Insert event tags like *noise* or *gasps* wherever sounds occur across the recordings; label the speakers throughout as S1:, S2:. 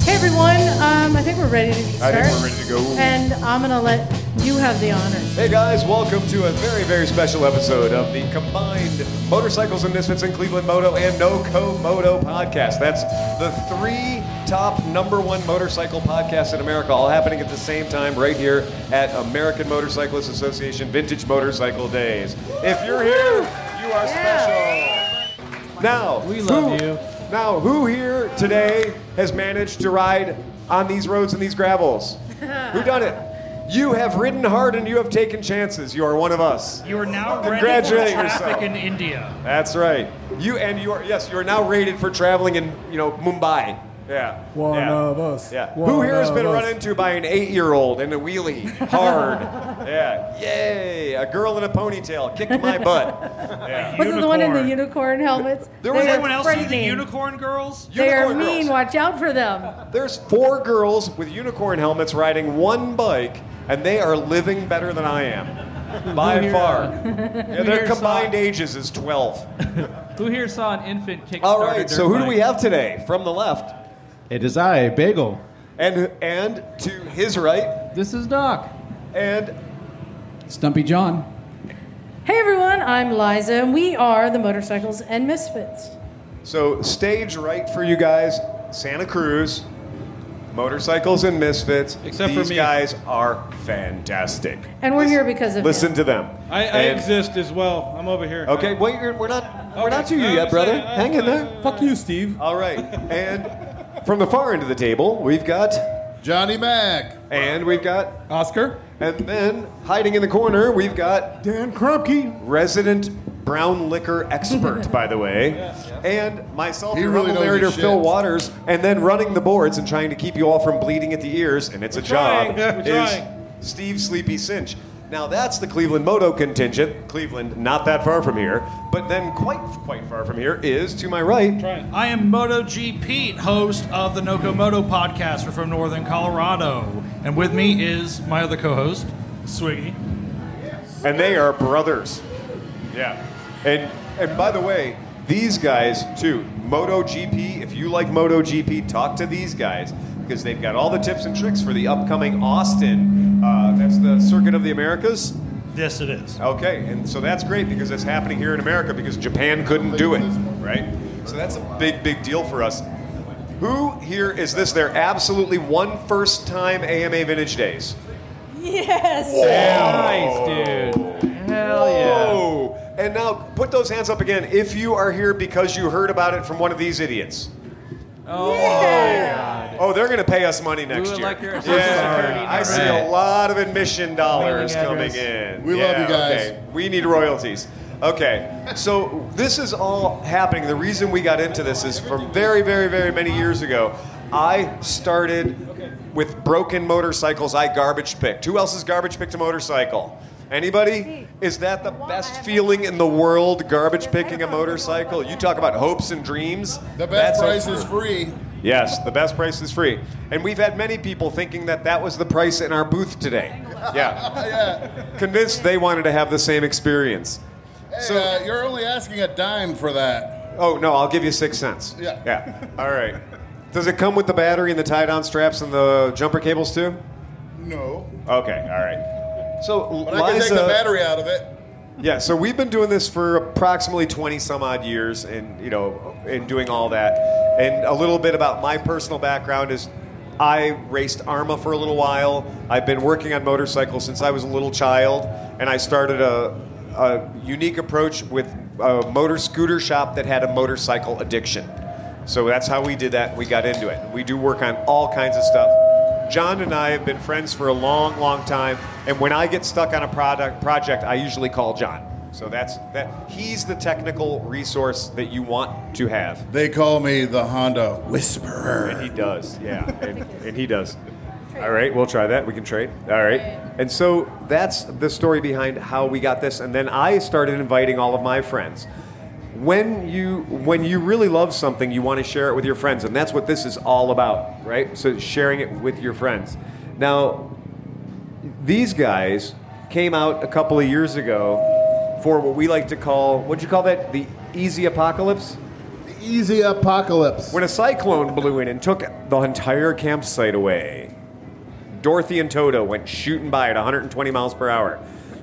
S1: Hey everyone, um, I think we're ready to
S2: I
S1: start.
S2: think we're ready to go.
S1: And I'm gonna let you have the honors.
S2: Hey guys, welcome to a very, very special episode of the combined Motorcycles and Misfits in Cleveland Moto and No Co Moto podcast. That's the three top number one motorcycle podcasts in America, all happening at the same time right here at American Motorcyclists Association Vintage Motorcycle Days. If you're here, you are special. Now,
S3: We love
S2: who-
S3: you.
S2: Now, who here today has managed to ride on these roads and these gravels? who done it? You have ridden hard and you have taken chances. You are one of us.
S4: You are now ready for
S2: Congratulate
S4: traffic
S2: yourself.
S4: in India.
S2: That's right. You and you are yes, you are now rated for traveling in you know Mumbai. Yeah.
S3: One
S2: yeah.
S3: of us.
S2: Yeah.
S3: One
S2: Who here has
S3: of
S2: been
S3: us.
S2: run into by an eight-year-old in a wheelie
S3: *laughs*
S2: hard? yeah. Yay! A girl in a ponytail kicked my butt.
S1: Was it the one in the unicorn helmets?
S2: *laughs* There
S1: They
S2: was
S1: were
S2: anyone
S4: Anyone else see the
S1: frightening.
S4: unicorn girls?
S1: They are
S2: Unicorn
S1: mean.
S2: girls.
S1: Watch out for them.
S2: There's four girls with unicorn helmets riding one bike, and they are living better than I
S3: *laughs*
S2: am.
S3: Who
S2: By
S5: uh,
S2: far.
S5: *laughs*
S2: Yeah, their
S3: here saw-
S2: combined ages is 12.
S3: Who here saw an infant kickstart?
S2: All right,
S3: a dirt
S2: so who do we
S3: bike?
S2: have today? From the left.
S6: It is I, Bagel.
S2: And, and to his right.
S3: This is Doc.
S2: And
S6: Stumpy John.
S1: Hey everyone, I'm Liza, and we are the Motorcycles and Misfits.
S2: so, stage right for you guys Santa Cruz, Motorcycles and Misfits.
S7: Except for
S2: These
S7: me.
S2: guys are fantastic.
S1: And we're here because of
S2: Listen
S1: him.
S2: to them.
S7: I, I
S2: And-
S7: exist as well. I'm over here.
S2: Okay, wait, you're, we're not, we're
S7: Okay,
S2: not to you
S7: I'm
S2: yet,
S7: just
S2: brother.
S7: saying, I'm
S2: Hang in
S7: just
S2: there.
S7: saying.
S6: Fuck you, Steve.
S2: All right, and from the far end of the table, we've got,
S8: Johnny Mac.
S2: and we've got,
S6: Oscar.
S2: and then hiding in the corner, we've got
S3: Dan Krumke.
S2: resident brown liquor expert, by the way, and myself,
S8: He
S2: your
S8: really knows
S2: humble
S8: his
S2: narrator,
S8: shit.
S2: Phil Waters, and then running the boards and trying to keep you all from bleeding at the ears, and it's a
S7: trying.
S2: job,
S7: We're
S2: is
S7: trying.
S2: Steve Sleepy Cinch. Now that's the Cleveland Moto contingent. Cleveland, not that far from here, but then quite quite far from here is to my right.
S4: I am MotoG Pete, host of the Noco Moto podcast. We're from Northern Colorado, and with me is my other co-host, Swiggy.
S2: and they are brothers. Yeah. And and by the way, these guys too, MotoGP. If you like MotoGP, talk to these guys because they've got all the tips and tricks for the upcoming Austin. Uh, that's the Circuit of the Americas.
S4: Yes, it is.
S2: Okay, and so that's great because that's happening here in America because Japan couldn't do it, right? So that's a big, big deal for us. Who here is this? Their absolutely one first time AMA Vintage Days.
S1: Yes.
S3: Nice, dude. Hell yeah.
S2: Whoa! And now put those hands up again if you are here because you heard about it from one of these idiots.
S3: Oh,
S1: Yeah.
S2: Oh, they're going to pay us money next
S3: would
S2: year.
S3: like your social security
S2: yeah,
S3: number.
S2: I see a
S6: Right.
S2: lot of admission dollars
S3: Mailing
S2: coming
S3: address.
S2: in.
S8: We
S2: yeah,
S8: love you guys.
S2: Okay. We need royalties. Okay, so this is all happening. The reason we got into this is from very, very, very many years ago. I started with broken motorcycles. I garbage picked. Who else has garbage picked a motorcycle? Anybody? Is that the best feeling in the world? Garbage picking a motorcycle. You talk about hopes and dreams.
S8: The
S2: That's
S8: best
S2: a-
S8: price is free.
S2: Yes, the best price is free. And we've had many people thinking that that was the price in our booth today.
S9: *laughs*
S2: Yeah.
S8: Yeah.
S2: Convinced they wanted to have the same experience.
S8: Hey,
S2: So-
S8: uh, you're only asking a dime for that.
S2: Oh, no, I'll give you six cents.
S8: Yeah.
S2: Yeah. All right. Does it come with the battery and the tie down straps and the jumper cables too?
S8: No.
S2: Okay, all right. So,
S8: But I can
S2: Liza,
S8: take the battery out of it.
S2: Yeah, so we've been doing this for approximately 20 some odd years and, you know, and doing all that. And a little bit about my personal background is I raced ARMA for a little while. I've been working on motorcycles since I was a little child, and I started a, a unique approach with a motor scooter shop that had a motorcycle addiction. So that's how we did that. We got into it. We do work on all kinds of stuff. John and I have been friends for a long, long time, and when I get stuck on a product project, I usually call John. So that's that. He's the technical resource that you want to have,
S8: They call me the Honda
S2: and he
S8: Whisperer.
S2: does. Yeah, and, and he does. All right, we'll try that. We can trade. All right, and so that's the story behind how we got this, and then I started inviting all of my friends. when you when you really love something, you want to share it with your friends, and that's what this is all about, right? So sharing it with your friends. Now, these guys came out a couple of years ago for what we like to call what'd you call that? The easy apocalypse.
S9: Easy apocalypse.
S2: When a cyclone blew in and took the entire campsite away, Dorothy and Toto went shooting by at 120 miles per hour.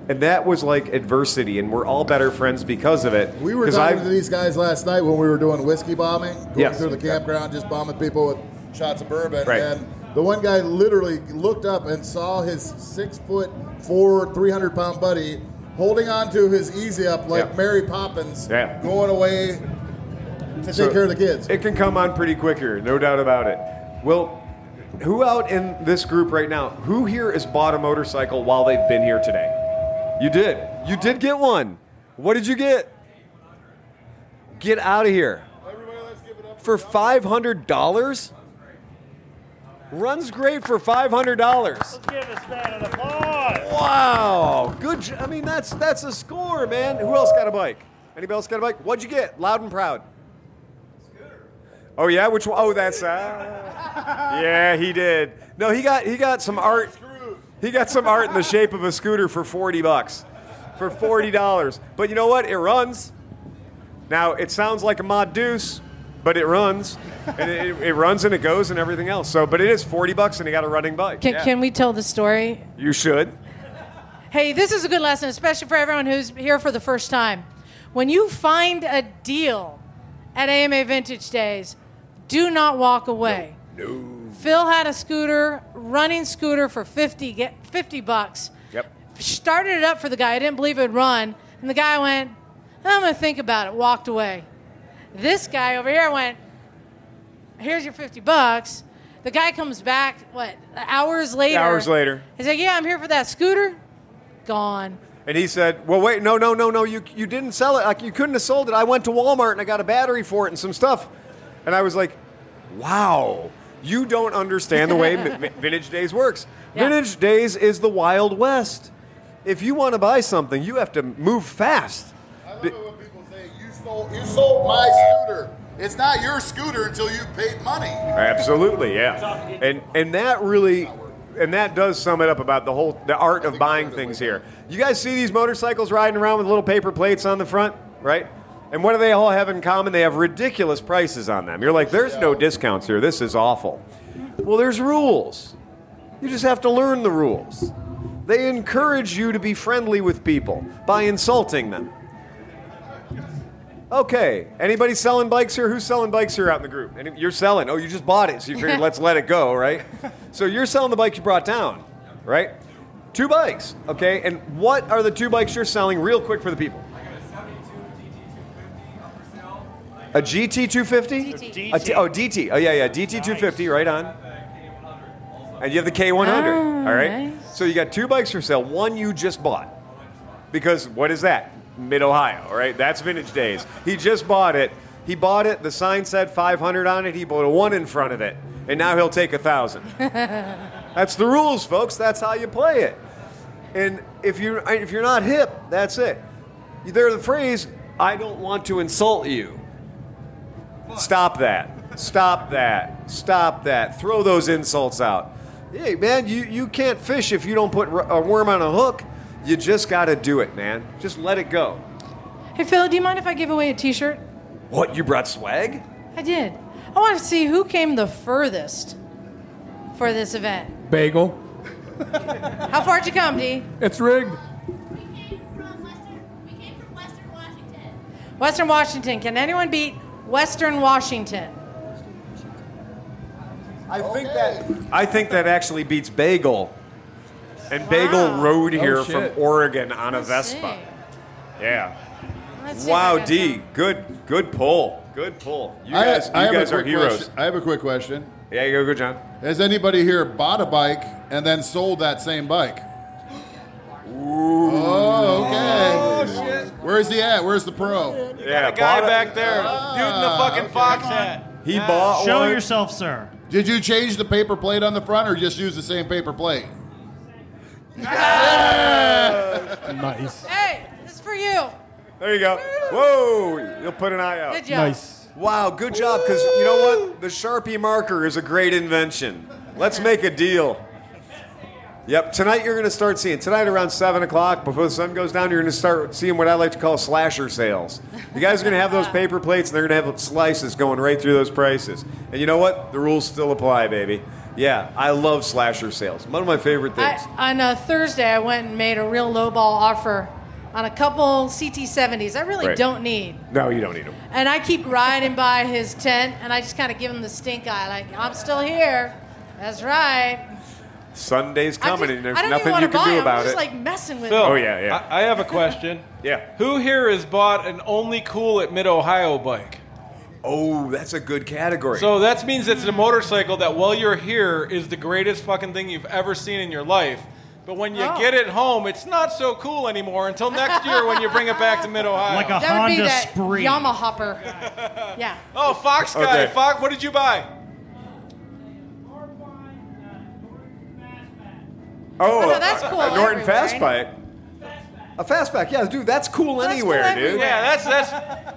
S2: And that was like adversity, and we're all better friends because of it.
S9: We were
S2: 'Cause
S9: talking
S2: I-
S9: to these guys last night when we were doing whiskey bombing, going
S2: Yes.
S9: through the campground, just bombing people with shots of bourbon.
S2: Right.
S9: And the one guy literally looked up and saw his six foot four, 300 pound buddy holding on to his easy up like
S2: Yeah.
S9: Mary Poppins
S2: Yeah.
S9: going away to take care of the kids.
S2: It can come on pretty quicker, no doubt about it. Well, who out in this group right now, who here has bought a motorcycle while they've been here today? You did. You did get one. What did you get? Get out of here. For $500? Runs great for $500.
S10: Give us that an applause.
S2: Wow. Good. j- I mean, that's that's a score, man. Who else got a bike? Anybody else got a bike? What'd you get? Loud and proud. Oh yeah, which one? Oh, that's uh, *laughs* yeah, he did. No, he got he got some art. He got some art in the shape of a scooter for forty bucks, for forty dollars. But you know what? It runs. Now it sounds like a mod deuce, but it runs, and it, it, it runs and it goes and everything else. So, but it is forty bucks, and he got a running bike.
S1: Can,
S2: Yeah.
S1: can we tell the story?
S2: you should.
S1: Hey, this is a good lesson, especially for everyone who's here for the first time. When you find a deal at AMA Vintage Days, do not walk away. No. Phil had a scooter, running scooter for 50, get 50 bucks.
S2: Yep.
S1: Started it up for the guy. I didn't believe it would run. And the guy went, I'm going to think about it, walked away. This guy over here went, Here's your 50 bucks. The guy comes back, what, hours later?
S2: Hours later.
S1: He's like, Yeah, I'm here for that scooter. Gone.
S2: And he said, "Well, wait, no, no, no, no. You you didn't sell it. Like you couldn't have sold it. I went to Walmart and I got a battery for it and some stuff." And I was like, "Wow, you don't understand the way Mi- Mi- Vintage Days works.
S1: Yeah.
S2: Vintage Days is the Wild West. If you want to buy something, you have to move fast."
S8: I love it when people say, you sold, you sold my scooter. It's not your scooter until you paid money.
S2: Absolutely, yeah. And and that really and that does sum it up about the whole the art of buying things here. You guys see these motorcycles riding around with little paper plates on the front, right? And what do they all have in common? They have ridiculous prices on them. You're like, there's no discounts here. This is awful. Well, there's rules. You just have to learn the rules. They encourage you to be friendly with people by insulting them. Okay. Anybody selling bikes here? Who's selling bikes here out in the group? And you're selling. Oh, you just bought it, so you figured let's let it go, right? So you're selling the bike you brought down, right? Two bikes, okay? And what are the two bikes you're selling, real quick for the people? A GT 250?
S1: DT.
S2: A T- oh, DT. Oh, yeah, yeah. DT 250, right on. And you have the K100,
S1: Ah,
S2: all right?
S1: nice.
S2: So you got two bikes for sale, one you just bought. Because what is that? Mid Ohio, right? That's vintage days. He just bought it. He bought it. The sign said 500 on it. He put a one in front of it, and now he'll take a thousand. that's the rules, folks. That's how you play it. And if you if you're not hip, that's it. There's the phrase, "I don't want to insult you." Stop that. Stop that. Stop that. Throw those insults out. Hey, man, you, you can't fish if you don't put r- a worm on a hook. You just got to do it, man. Just let it go.
S1: *laughs* Hey, Phil, do you mind if I give away a t shirt?
S2: What, you brought swag?
S1: I did. I want to see who came the furthest for this event.
S3: Bagel.
S1: How far'd you come, D?
S3: It's rigged.
S1: Western Washington. Can anyone beat Western Washington?
S2: I think that I think that actually beats Bagel. And Bagel
S1: Wow.
S2: rode here
S3: shit.
S2: from Oregon on a
S1: Let's
S2: Vespa.
S1: see.
S2: Yeah.
S1: Let's see if I
S2: Wow,
S1: got
S2: D,
S1: some.
S2: good good pull. Good pull. You
S8: I-
S2: guys,
S8: I
S2: you
S8: have a
S2: guys are
S8: quick
S2: heroes.
S8: question- I have a quick question.
S2: Yeah, you go, go, John.
S8: Has anybody here bought a bike and then sold that same bike? Oh, okay. Where's he at? Where's the pro?
S2: Yeah,
S10: Guy
S2: bought it.
S10: back there, dude in the
S8: Ah,
S10: fucking fox hat.
S2: He bought
S4: Show
S2: one.
S4: yourself, sir.
S8: Did you change the paper plate on the front or just use the same paper plate? *laughs*
S1: Hey, this is for you.
S2: There you go. Whoa! You'll put an eye out.
S1: Good job.
S3: Nice.
S2: Wow, good job. Because you know what? The Sharpie marker is a great invention. Let's make a deal. Yep. Tonight you're going to start seeing. Tonight around seven o'clock, before the sun goes down, you're going to start seeing what I like to call slasher sales. You guys are going to have those paper plates, and they're going to have slices going right through those prices. And you know what? The rules still apply, baby. Yeah, I love slasher sales. One of my favorite things.
S1: I, on a Thursday, I went and made a real lowball offer on a couple CT70s I really
S2: Right.
S1: don't need.
S2: no, you don't need them.
S1: And I keep riding by his tent, and I just kind of give him the stink eye, like, I'm still here. That's right.
S2: Sunday's
S1: I
S2: coming,
S1: just-
S2: and there's
S1: I don't
S2: nothing
S1: even
S2: you
S1: want to buy
S2: can do
S1: him.
S2: about
S1: I'm just
S2: it.
S1: like messing with
S10: Phil,
S1: him.
S2: Oh, yeah, yeah.
S10: I, I have a question.
S2: *laughs* yeah.
S10: Who here has bought an only cool at Mid Ohio bike?
S2: Oh, that's a good category.
S10: So that means it's a motorcycle that while you're here is the greatest fucking thing you've ever seen in your life. But when you
S1: Oh.
S10: get it home, it's not so cool anymore until next year when you bring it back to Mid Ohio.
S4: Like a
S1: That would be
S4: Honda
S1: that
S4: Spree.
S1: Yamaha hopper. yeah.
S10: oh, Fox guy,
S2: Okay.
S10: Fox, what did you buy?
S2: Oh,
S1: no, that's
S2: a-
S1: cool
S2: A Norton
S1: everywhere, ain't
S2: Fastback. A fastback, yeah, dude, that's
S1: That's
S2: cool
S1: cool
S2: anywhere, dude.
S1: everywhere.
S10: Yeah, that's that's.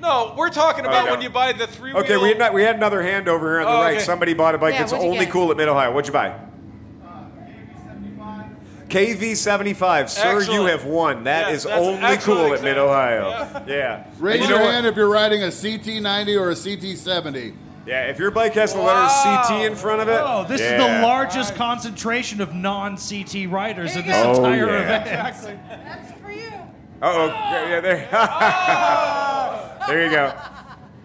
S10: No, we're talking about
S2: Okay.
S10: when you buy the three.
S2: Okay, we had, not, we had another hand over here on the
S10: Oh,
S2: right.
S10: okay.
S2: Somebody bought a bike
S1: Yeah,
S2: that's
S1: what'd you
S2: only
S1: get?
S2: cool at Mid Ohio. What'd you buy? KV75, sir, you
S10: Excellent.
S2: have won. That
S10: Yes,
S2: is
S10: that's an
S2: only
S10: excellent
S2: cool at Mid
S10: example.
S2: Ohio. Yeah.
S9: Raise
S2: And you
S9: your
S2: know what?
S9: hand if you're riding a CT90 or a CT70.
S2: Yeah, if your bike has the letter
S10: Wow.
S2: CT in front of it.
S4: Oh, this is
S2: yeah.
S4: the largest concentration of non-CT riders in
S1: There you
S4: this
S1: go.
S2: Oh,
S4: entire
S2: yeah.
S4: event.
S1: That's for you.
S2: Uh-oh. Yeah, yeah, there. *laughs* there you go.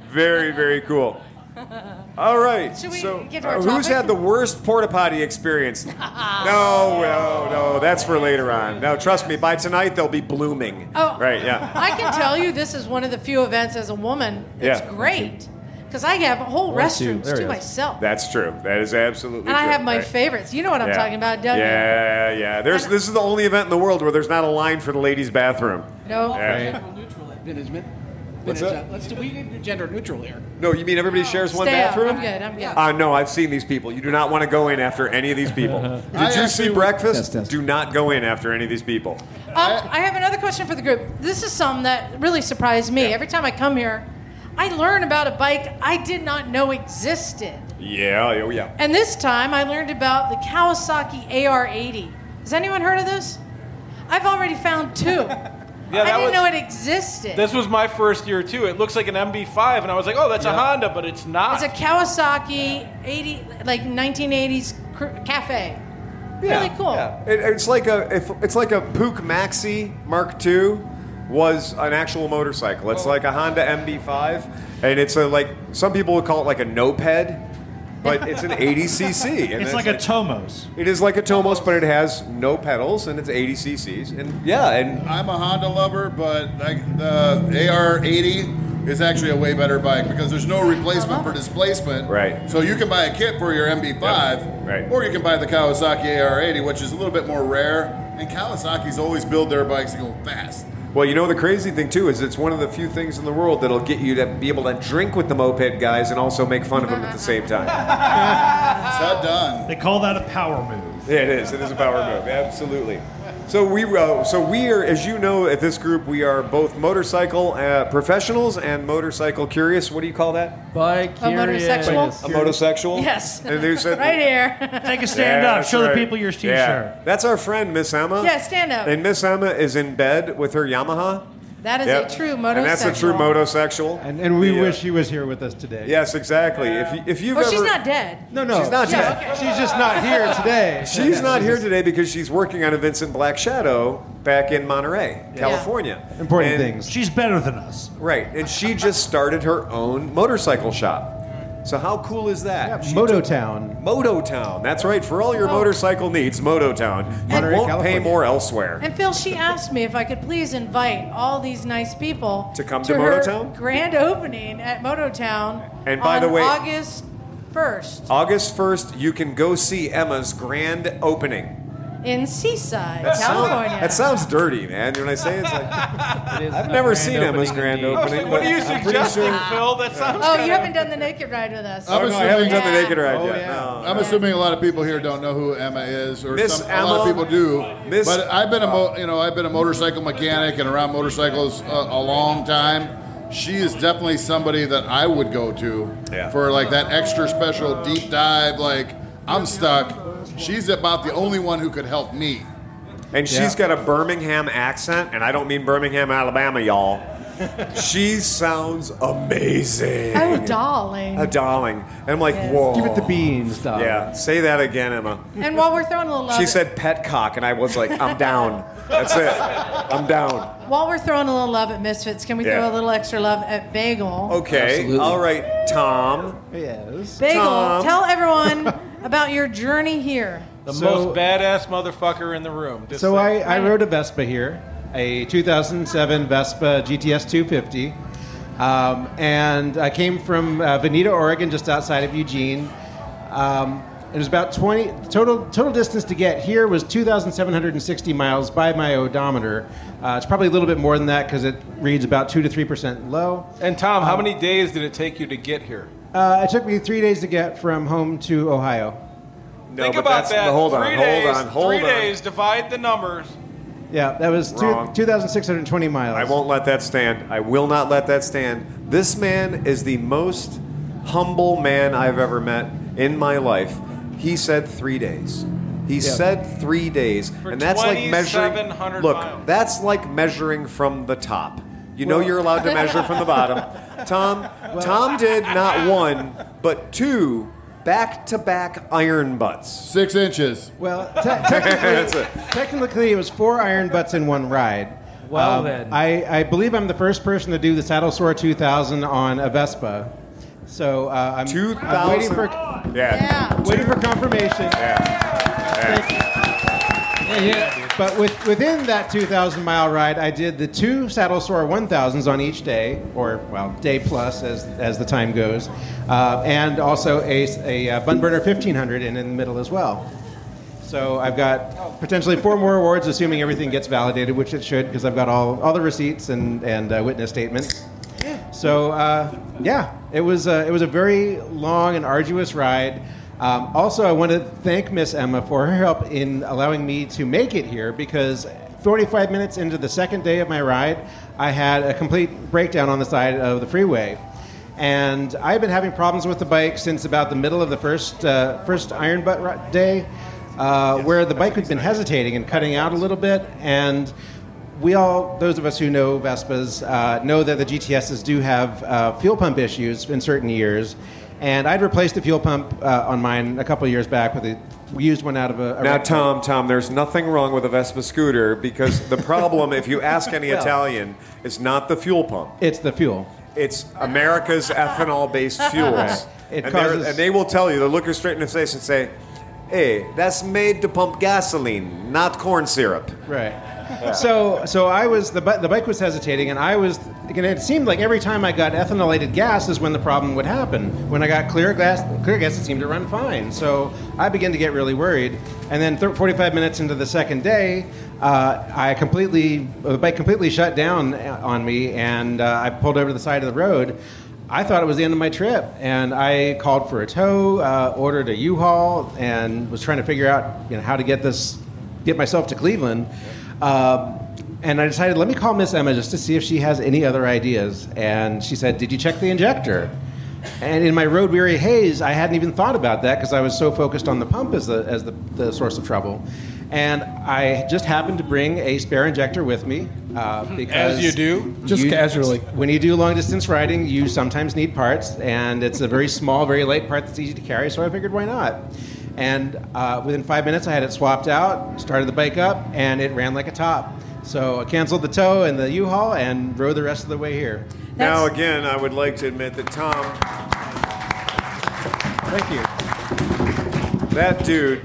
S2: Very, very cool. All right.
S1: Should we
S2: so,
S1: get to our
S2: uh, who's
S1: topic? Ah. *laughs*
S2: had the worst porta potty experience? no, no, no. That's for later on. No, trust me. By tonight, they'll be blooming.
S1: Oh.
S2: Right. Yeah.
S1: I can tell you this is one of the few events as a woman that's
S2: Yeah.
S1: great. Because I have whole
S6: Or two.
S1: restrooms
S6: There it
S1: to
S6: is.
S1: myself.
S2: That's true. That is absolutely.
S1: and I
S2: true.
S1: have my
S2: Right.
S1: favorites. You know what I'm
S2: Yeah.
S1: talking about, don't
S2: Yeah, yeah. There's.
S1: And-
S2: This is the only event in the world where there's not a line for the ladies' bathroom.
S1: you? No.
S2: Yeah.
S11: Gender neutral at vintage mint.
S2: What's
S11: Vintage,
S2: that?
S11: uh, let's do. We need to do gender neutral here.
S2: No, you mean everybody shares one
S1: Stay up.
S2: bathroom?
S1: I'm good. I'm good.
S2: Uh, no, I've seen these people. You do not want to go in after any of these people. Did
S9: I
S2: you see
S9: actually-
S2: breakfast?
S6: Test, test.
S2: Do not go in after any of these people.
S1: Um, I have another question for the group. This is something that really surprised me. Every time I come here, I learn about a bike I did not know existed.
S2: Yeah, oh yeah.
S1: And this time I learned about the Kawasaki AR80. Has anyone heard of this? I've already found
S6: *laughs*
S1: two. I
S10: that
S1: didn't
S10: was-
S1: know it existed.
S10: This was my first year too. It looks like an MB5, and I was like, "Oh, that's a Honda, but it's not."
S1: it's a Kawasaki 80, like 1980s cr- cafe. really cool.
S2: It, it's like a if, it's like a Puke Maxi Mark II was an actual motorcycle.
S1: Oh.
S2: It's like a Honda MB5, and it's a like some people would call it like a noped, but it's
S1: *laughs*
S2: an 80cc. and
S4: It's like a Tomos.
S2: it is like a Tomos, but it has no pedals and it's 80cc's. And yeah, and
S9: I'm a Honda lover, but like the AR80 is actually a way better bike because there's no replacement for displacement.
S2: Right.
S9: So you can buy a kit for your MB5,
S2: Right.
S9: or you can buy the Kawasaki AR80, which is a little bit more rare. And Kawasaki's always build their bikes to go fast.
S2: Well, you know the crazy thing too is it's one of the few things in the world that'll get you to be able to drink with the moped guys and also make fun of them at the same time.
S9: It's not done.
S4: They call that a power move.
S2: Yeah, it is. It is a power move, absolutely. So we uh, so we are, as you know, at this group we are both motorcycle uh, professionals and motorcycle curious. What do you call that?
S3: Bike
S1: A motorsexual?
S2: A motosexual.
S1: Yes.
S2: And they
S1: *laughs*
S2: said,
S1: right here.
S4: Take a stand
S2: Yeah,
S4: up.
S2: that's
S4: Show
S2: right.
S4: the people your T-shirt.
S2: Yeah. That's our friend Miss Emma.
S1: yeah, stand up.
S2: And Miss Emma is in bed with her Yamaha.
S1: that is
S2: Yep.
S1: a true motorcycle.
S2: And that's a true motosexual.
S6: And, and we
S2: Yeah.
S6: wish she was here with us today.
S2: Yes, exactly. If you, if you've
S1: Well,
S2: ever,
S1: she's not dead.
S6: No, no.
S2: She's not
S6: she-
S2: dead.
S6: She's just not here today.
S2: She's not here today because she's working on a Vincent Black Shadow back in Monterey, California.
S6: Important
S2: And-
S6: things.
S4: She's better than us.
S2: Right. And she just started her own motorcycle shop. So how cool is that? She took-
S6: Mototown.
S2: Moto Town. That's right. For all your
S1: Oh.
S2: motorcycle needs, Moto Town. You
S6: Monterey,
S2: won't pay
S6: California.
S2: more elsewhere.
S1: And Phil, she asked me if I could please invite all these nice people
S2: To come to
S1: her
S2: Mototown?
S1: Grand opening at Mototown.
S2: And by
S1: on
S2: the way-
S1: August first.
S2: August 1st, you can go see Emma's grand opening.
S1: in Seaside,
S2: That sounds,
S1: California.
S2: that sounds dirty, man. You know what I say? It's like I've never seen Emma's grand opening.
S10: what
S2: but
S10: are you
S2: I'm pretty
S10: suggesting,
S2: sure-
S10: Phil? That sounds.
S1: oh, you
S10: kinda-
S1: haven't done the naked ride with us.
S2: Oh, no, I haven't done the
S1: Yeah.
S2: naked ride
S9: Oh,
S2: yet.
S9: yeah.
S2: No.
S9: I'm assuming a lot of people here don't know who Emma is, or
S2: Miss
S9: some, a lot of
S2: Emma-
S9: people do.
S2: Miss-
S9: but I've been a mo- you know I've been a motorcycle mechanic and around motorcycles a, a long time. She is definitely somebody that I would go to
S2: Yeah.
S9: for like that extra special deep dive. Like I'm stuck. She's about the only one who could help me.
S2: And she's got a Birmingham accent, and I don't mean Birmingham, Alabama, y'all. she sounds amazing.
S1: Oh, darling.
S2: A darling. And I'm like, whoa.
S6: Give it the beans, dog.
S2: Yeah, say that again, Emma.
S1: And while we're throwing a little love,
S2: She said pet cock, and I was like, I'm down. That's it. I'm down.
S1: while we're throwing a little love at Misfits, can we
S2: Yeah.
S1: throw a little extra love at Bagel?
S2: Okay.
S6: Absolutely.
S2: All right, Tom.
S6: Yes.
S1: Bagel,
S2: Tom.
S1: tell everyone about your journey here.
S10: The
S6: So-
S10: most badass motherfucker in the room. Just
S6: So I,
S10: saying.
S6: I rode a Vespa here, a 2007 Vespa GTS 250. Um, and I came from uh, Veneta, Oregon, just outside of Eugene. Um, it was about 20, total, total distance to get here was 2,760 miles by my odometer. Uh, it's probably a little bit more than that because it reads about 2 to 3% low.
S10: And
S6: um,
S10: Tom, how many days did it take you to get here?
S6: Uh, it took me three days to get from home to Ohio.
S2: No,
S10: Think
S2: but
S10: about
S2: that's,
S10: that.
S2: Hold on,
S10: three
S2: hold
S10: days,
S2: on, hold
S10: three
S2: on.
S10: days. Divide the numbers.
S6: Yeah, that was two,
S2: Wrong.
S6: 2,620 miles.
S2: I won't let that stand. I will not let that stand. This man is the most humble man I've ever met in my life. He said three days. He said three days, and that's like measuring.
S10: 2,700
S2: Look,
S10: miles.
S2: that's like measuring from the top. You know
S6: Well-
S2: you're allowed to measure from
S6: *laughs*
S2: the bottom. Tom, Tom did not one, but two back-to-back iron butts.
S9: Six inches.
S6: Well,
S2: *laughs*
S6: te- technically, technically, it was four iron butts in one ride. Um,
S3: Well, then.
S6: I, I believe I'm the first person to do the Saddle Sore 2000 on a Vespa. So uh, I'm,
S2: Two
S6: I'm waiting
S2: thousand.
S6: for
S1: Yeah.
S6: waiting for confirmation. But with, within that 2,000 mile ride, I did the two Saddle Sore 1000s on each day, or well, day plus as as the time goes, uh, and also a, a uh, Bun Burner 1500 in, in the middle as well. So I've got potentially four more awards, assuming everything gets validated, which it should, because I've got all, all the receipts and and uh, witness statements. So uh, yeah, it was uh, it was a very long and arduous ride. Um, also, I want to thank Miss Emma for her help in allowing me to make it here because 45 minutes into the second day of my ride, I had a complete breakdown on the side of the freeway. And I've been having problems with the bike since about the middle of the first uh, first Iron Butt ri- day, uh, where the bike had been hesitating and cutting out a little bit. And we all, those of us who know Vespas, uh, know that the GTSs do have uh, fuel pump issues in certain years. And I'd replaced the fuel pump uh, on mine a couple of years back with a we used one out of a. a
S2: Now,
S6: wreck-
S2: Tom, Tom, there's nothing wrong with a Vespa scooter because the problem, if you
S6: *laughs*
S2: ask any Italian, is not the fuel pump.
S6: It's the fuel.
S2: It's
S6: *laughs*
S2: America's ethanol-based fuels,
S6: Right. It
S2: and,
S6: causes-
S2: they're- and they will tell you. They'll look you straight in the face and say, "Hey, that's made to pump gasoline, not corn syrup."
S6: Right. So, so I was the, bi- the bike was hesitating, and I was, and it seemed like every time I got ethanolated gas is when the problem would happen. When I got clear gas, clear gas, it seemed to run fine. So I began to get really worried, and then thir 45 minutes into the second day, uh, I completely the bike completely shut down uh, on me, and uh, I pulled over to the side of the road. I thought it was the end of my trip, and I called for a tow, uh, ordered a U-Haul, and was trying to figure out you know, how to get this get myself to Cleveland. Um, and I decided, let me call Miss Emma just to see if she has any other ideas. And she said, Did you check the injector? And in my road weary haze, I hadn't even thought about that because I was so focused on the pump as the, as the, the source of trouble. And I just happened to bring a spare injector with me. Uh, because
S10: you do,
S6: just casually. When you do long distance riding, you sometimes need parts, and it's a very small, very light part that's easy to carry, so I figured why not? And uh, within five minutes, I had it swapped out, started the bike up, and it ran like a top. So I canceled the tow and the U Haul and rode the rest of the way
S10: *laughs*
S6: here.
S2: Now,
S1: That's-
S2: again, I would like to admit that Tom,
S6: Thank you.
S2: that dude,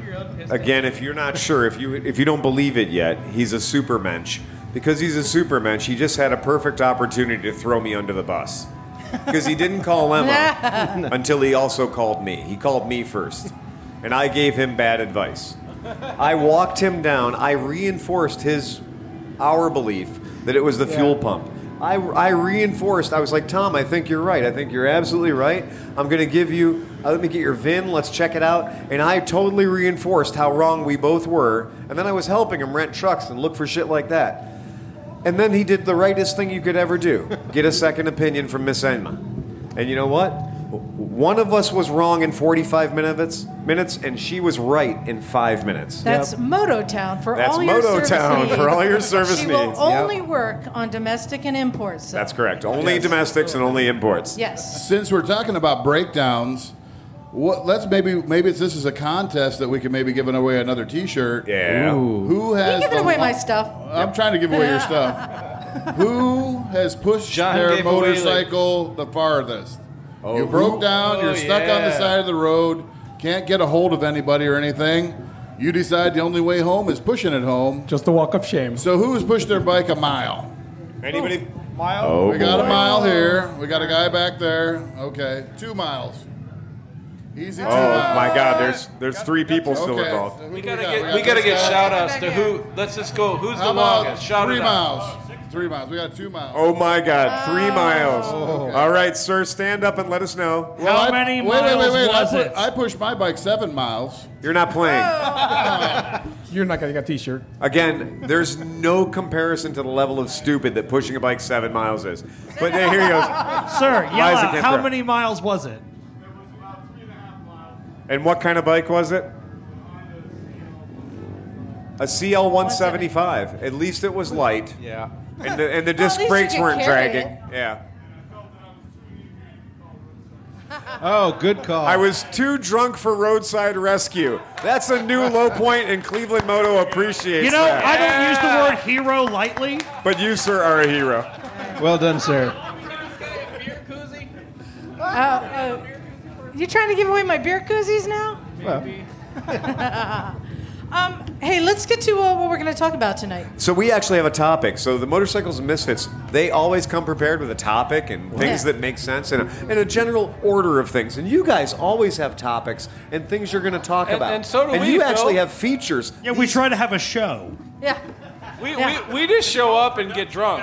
S2: again, if you're not sure, if you if you don't believe it yet, he's a super mensch. Because he's a super mensch, he just had a perfect opportunity to throw me under the bus. Because he didn't call
S1: *laughs*
S2: Emma. until he also called me. He called me first, and I gave him bad advice. I walked him down. I reinforced his, our belief that it was the fuel pump. I, I reinforced. I was like, Tom, I think you're right. I think you're absolutely right. I'm going to give you. Uh, let me get your VIN. Let's check it out. And I totally reinforced how wrong we both were. And then I was helping him rent trucks and look for shit like that. And then he did the rightest thing you could ever do: get a second opinion from Miss Enma. And you know what? One of us was wrong in 45 minutes, minutes, and she was right in five minutes.
S1: That's Moto Town for
S2: That's
S1: all your
S2: Moto
S1: service
S2: Town
S1: needs.
S2: for all your service
S1: she will
S2: needs. Yep.
S1: only work on domestic and imports. So.
S2: That's correct. Only domestics and only imports.
S1: yes.
S8: Since we're talking about breakdowns, what? Let's maybe maybe it's, this is a contest that we can maybe give away another T-shirt.
S2: Yeah. Ooh.
S8: Who has?
S1: You giving
S8: the
S1: away
S8: lo-
S1: my stuff.
S8: I'm trying to give away your stuff. Who has pushed
S10: John
S8: their
S10: gave away, like-
S8: motorcycle the farthest?
S2: Oh,
S8: you
S2: who-
S8: broke down.
S10: Oh,
S8: you're stuck on the
S10: yeah.
S8: side of the road. Can't get a hold of anybody or anything. You decide the only way home is pushing it home.
S12: Just the walk of shame.
S8: So who has pushed their bike a mile?
S2: Anybody?
S10: Mile.
S2: Oh,
S8: we got a
S2: boy.
S8: mile here. We got a guy back there. Okay, two miles. Easy. two
S2: Oh
S8: miles.
S2: my God! There's there's three people still
S8: Okay,
S2: involved.
S8: so who
S10: We
S8: do
S10: gotta
S8: got?
S10: get
S8: got
S10: we gotta
S8: this
S10: get
S8: guy.
S10: shout outs to who. Let's just go. Who's
S8: How
S10: the
S8: about
S10: longest? Shout
S8: three
S10: it out.
S8: miles. Three miles. We got two miles.
S2: Oh my God! Three miles. All right, sir, stand up and let us know.
S8: Oh, Well,
S4: How
S8: I-
S4: many
S8: wait, wait, wait,
S4: miles
S8: wait.
S4: was
S8: I, pu-
S4: it?
S8: I pushed my bike seven miles. Oh.
S2: You're not playing.
S12: You're not getting a T-shirt.
S2: Again, there's no comparison to the level of stupid that pushing a bike seven miles is. But there- here he goes.
S4: Sir, yell
S2: Liza
S4: out,
S2: can't
S4: how
S2: throw.
S4: many miles was it?
S2: And what kind of bike was it? A CL 175. At least it was light.
S6: Yeah.
S2: And the, and the
S1: Well, at
S2: disc
S1: least
S2: brakes
S1: you could
S2: weren't
S1: carry
S2: dragging. Yeah.
S6: Oh, good call.
S2: I was too drunk for roadside rescue. That's a new low point, and Cleveland
S6: *laughs*
S2: Moto appreciates
S4: You know,
S2: that.
S4: I don't use the word hero lightly.
S2: But you, sir, are a hero.
S6: well done, sir.
S1: Uh, uh, you trying to give away my beer koozies now? *laughs* um, hey, let's get to uh, what we're going to talk about tonight.
S2: So we actually have a topic. So the motorcycles and misfits, they always come prepared with a topic and things
S1: Yeah.
S2: that make sense and a, and a general order of things. And you guys always have topics and things you're going to talk
S10: And-
S2: about.
S10: and so do we,
S2: you
S10: Phil.
S2: actually have features.
S4: Yeah, we try to have a show.
S1: Yeah.
S10: We,
S1: Yeah.
S10: we, we just show up and get drunk.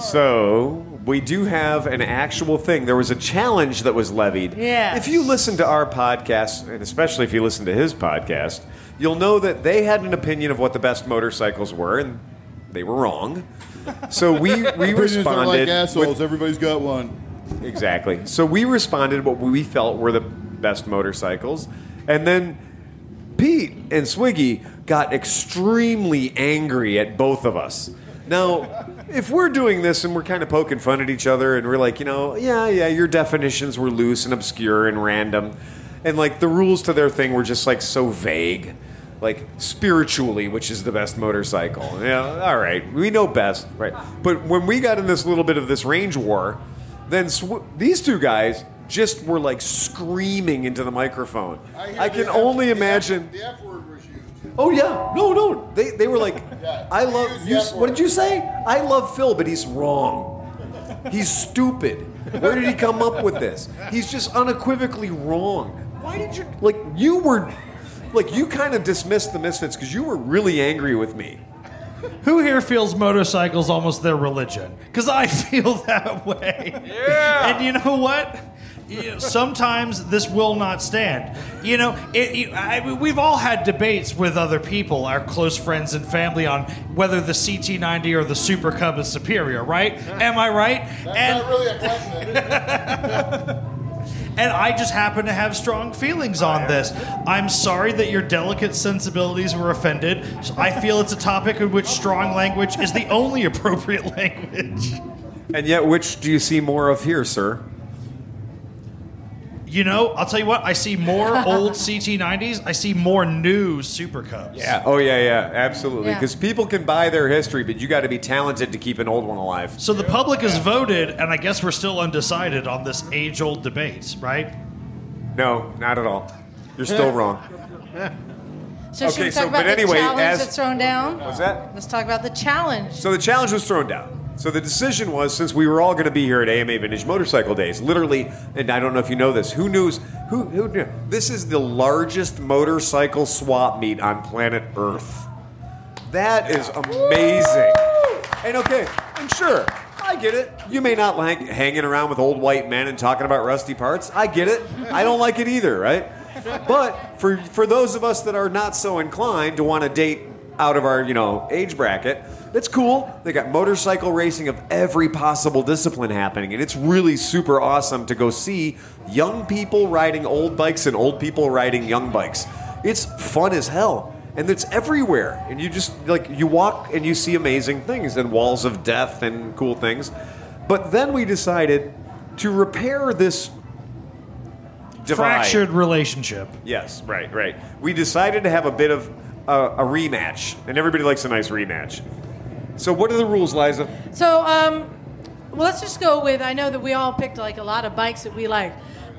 S2: So we do have an actual thing. There was a challenge that was levied.
S1: Yes.
S2: If you listen to our podcast, and especially if you listen to his podcast, you'll know that they had an opinion of what the best motorcycles were, and they were wrong. So we, we
S8: Prisoners are like
S2: responded
S8: assholes.
S2: with
S8: Everybody's got one.
S2: Exactly. So we responded what we felt were the best motorcycles, and then Pete and Swiggy got extremely angry at both of us. Now, if we're doing this and we're kind of poking fun at each other, and we're like, you know, yeah, yeah, your definitions were loose and obscure and random, and like the rules to their thing were just like so vague. Like spiritually, which is the best motorcycle? Yeah, all right, we know best, right? But when we got in this little bit of this range war, then sw- these two guys just were like screaming into the microphone. I,
S8: hear
S2: can
S8: the F-
S2: only
S8: the F-
S2: imagine.
S8: The F word was used.
S2: Oh yeah, no, no. They they were like,
S8: *laughs* Yeah,
S2: I
S8: they
S2: love
S8: use the
S2: you.
S8: F
S2: What
S8: word.
S2: did you say? I love Phil, but he's wrong. He's stupid. Where did he come up with this? He's just unequivocally wrong. Why did you like you were like you kind of dismissed the misfits because you were really angry with me.
S4: Who here feels motorcycles almost their religion? Because I *laughs* feel that way. Yeah. And you know what? You- Sometimes this will not stand. You know, it, you, I, we've all had debates with other people, our close friends and family, on whether the CT90 or the Super Cub is superior, right? Am I right? and
S8: That's not really a question.
S4: and I just happen to have strong feelings on this. I'm sorry that your delicate sensibilities were offended. I feel it's a topic in which strong language is the only appropriate *laughs* language.
S2: And yet, which do you see more of here, sir?
S4: You know, I'll tell you what, I see
S2: *laughs*
S4: more old CT90s, I see more new Super Cubs.
S2: Yeah. Oh yeah, yeah, absolutely.
S1: Yeah.
S2: Because people can buy their history, but you got to be talented to keep an old one alive.
S4: So the public has voted, and I guess we're still undecided on this age old debate, right?
S2: No, not at all. You're still wrong.
S1: *laughs* So
S2: Okay,
S1: should we talk
S2: so-
S1: about
S2: but anyway,
S1: the challenge
S2: as-
S1: that's thrown down?
S2: What's that?
S1: Let's talk about the challenge.
S2: So the challenge was thrown down. So the decision was since we were all going to be here at AMA Vintage Motorcycle Days, literally, and I don't know if you know this. Who knew? Who, who knew? This is the largest motorcycle swap meet on planet Earth. That is amazing. And okay, and sure, I get it. You may not like hanging around with old white men and talking about rusty parts. I get it. I don't like it either, right? But for for those of us that are not so inclined to want to date out of our, you know, age bracket, it's cool. They got motorcycle racing of every possible discipline happening, and it's really super awesome to go see young people riding old bikes and old people riding young bikes. It's fun as hell and it's everywhere. And you just like you walk and you see amazing things and walls of death and cool things. But then we decided to repair this divide.
S4: Fractured relationship.
S2: Yes, right, right. We decided to have a bit of uh, a rematch, and everybody likes a nice rematch. So, what are the rules, Liza?
S1: So, um, well, let's just go with. I know that we all picked like a lot of bikes that we like,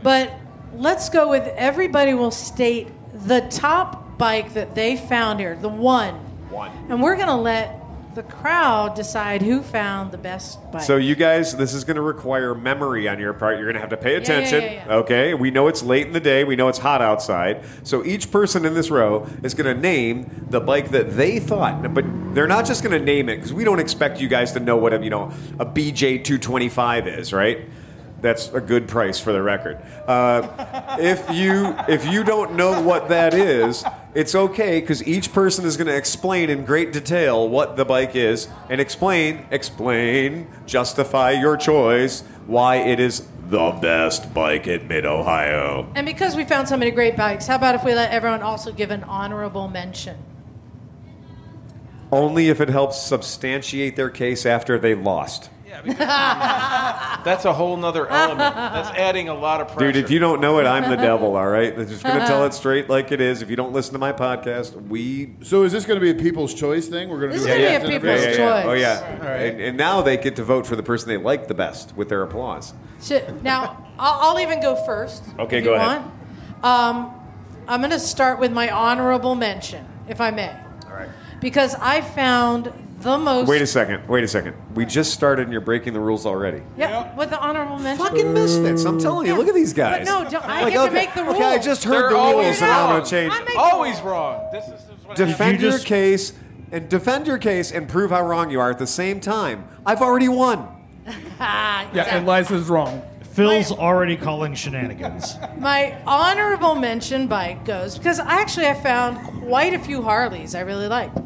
S1: but let's go with everybody will state the top bike that they found here, the one,
S2: One.
S1: and we're gonna let the crowd decide who found the best bike.
S2: So you guys, this is going to require memory on your part. You're going to have to pay
S1: yeah,
S2: attention.
S1: yeah,
S2: Okay, we know it's late in the day. We know it's hot outside. So each person in this row is going to name the bike that they thought, but they're not just going to name it because we don't expect you guys to know what a you know a BJ 225 is, right? That's a good price for the record. Uh, if you if you don't know what that is, it's okay because each person is going to explain in great detail what the bike is and explain, explain, justify your choice, why it is the best bike in Mid Ohio.
S1: and because we found so many great bikes, how about if we let everyone also give an honorable mention?
S2: Only if it helps substantiate their case after they
S10: *laughs*
S2: lost.
S10: That's a whole nother element. That's adding a lot of pressure.
S2: Dude, if you don't know it, I'm the devil, all right? I'm just going to tell it straight like it is. If you don't listen to my podcast, we.
S8: So is this going to be a people's choice thing? We're going
S1: This do is gonna that? be a people's choice.
S2: Oh, yeah. And, and now they get to vote for the person they like the best with their applause.
S1: Should, now, I'll, I'll even go first.
S2: Okay,
S1: if
S2: go
S1: you
S2: ahead.
S1: Want. Um, I'm going to start with my honorable mention, if I may,
S2: All right.
S1: because I found the most.
S2: Wait a second. Wait a second. We just started and you're breaking the rules already.
S1: Yep, with the honorable mention.
S2: Fucking misfits. I'm telling you. Look at these guys.
S1: But no, don't- I
S2: Like,
S1: get
S2: okay,
S1: to make the rules.
S2: Okay, I just heard
S10: They're
S2: the rules
S10: always
S2: and I'm
S10: wrong.
S2: going to change
S1: I
S2: them.
S1: make the
S10: Always
S1: rules.
S10: wrong. This is, this is what
S2: Defend
S10: happens.
S2: your case and defend your case and prove how wrong you are at the same time. I've already won.
S1: Ah,
S12: Yeah, and Liza's wrong.
S4: Phil's already calling shenanigans.
S1: my honorable mention bike goes because actually I found quite a few Harleys I really liked.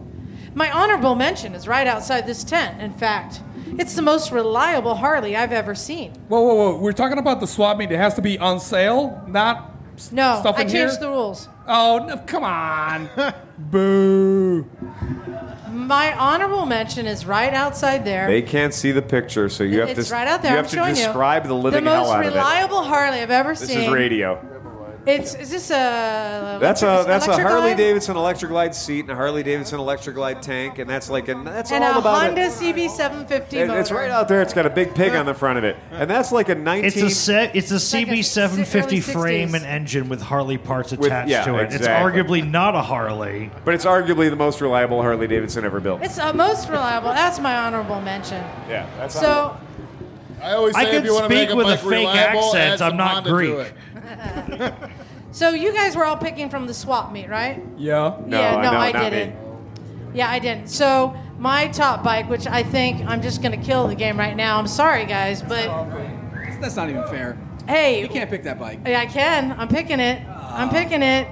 S1: My honorable mention is right outside this tent. In fact, it's the most reliable Harley I've ever seen.
S12: Whoa, whoa, whoa. We're talking about the swap meet. It has to be on sale, not s-
S1: No,
S12: stuff
S1: I
S12: in here.
S1: changed the rules.
S12: oh, no,
S1: *laughs*
S12: come on. Boo.
S1: My honorable mention is right outside there.
S2: They can't see the picture, so you have
S1: it's
S2: to
S1: right out there.
S2: you
S1: I'm
S2: have to
S1: showing
S2: describe
S1: you.
S2: the living hell out
S1: The
S2: of
S1: most
S2: it.
S1: reliable Harley I've ever
S2: This
S1: seen.
S2: is radio.
S1: It's is this a
S2: That's a
S1: electric-
S2: that's a
S1: electric
S2: Harley
S1: glide?
S2: Davidson Electroglide seat and a Harley Davidson Electroglide tank, and that's like and that's
S1: and
S2: all
S1: a
S2: about it.
S1: Honda CB750
S2: It-
S1: motor.
S2: It's right out there. It's got a big pig on the front of it, and that's like a 19.
S4: It's a se- it's a
S1: early
S4: CB750
S1: 60s.
S4: frame and engine with Harley parts
S2: With-
S4: attached
S2: yeah,
S4: to it.
S2: exactly.
S4: It's arguably not a Harley.
S2: but it's arguably the most reliable Harley Davidson ever built.
S1: It's a most reliable. That's my honorable mention.
S2: Yeah, that's
S1: So
S8: I always
S4: I
S8: say
S4: could
S8: if you want to make
S4: speak with a
S8: bike
S4: fake
S8: reliable, add
S4: accent.
S8: some
S4: I'm not
S8: Honda to
S4: Greek.
S8: it.
S1: So you guys were all picking from the swap meet, right?
S12: Yeah.
S2: No,
S1: yeah, no,
S2: no,
S1: I
S2: not
S1: didn't. Yeah, I didn't. So my top bike, which I think I'm just gonna kill the game right now. I'm sorry, guys, but
S11: That's not even fair.
S1: hey,
S11: You can't pick that bike.
S1: I can. I'm picking it.
S4: Ah.
S1: I'm picking it.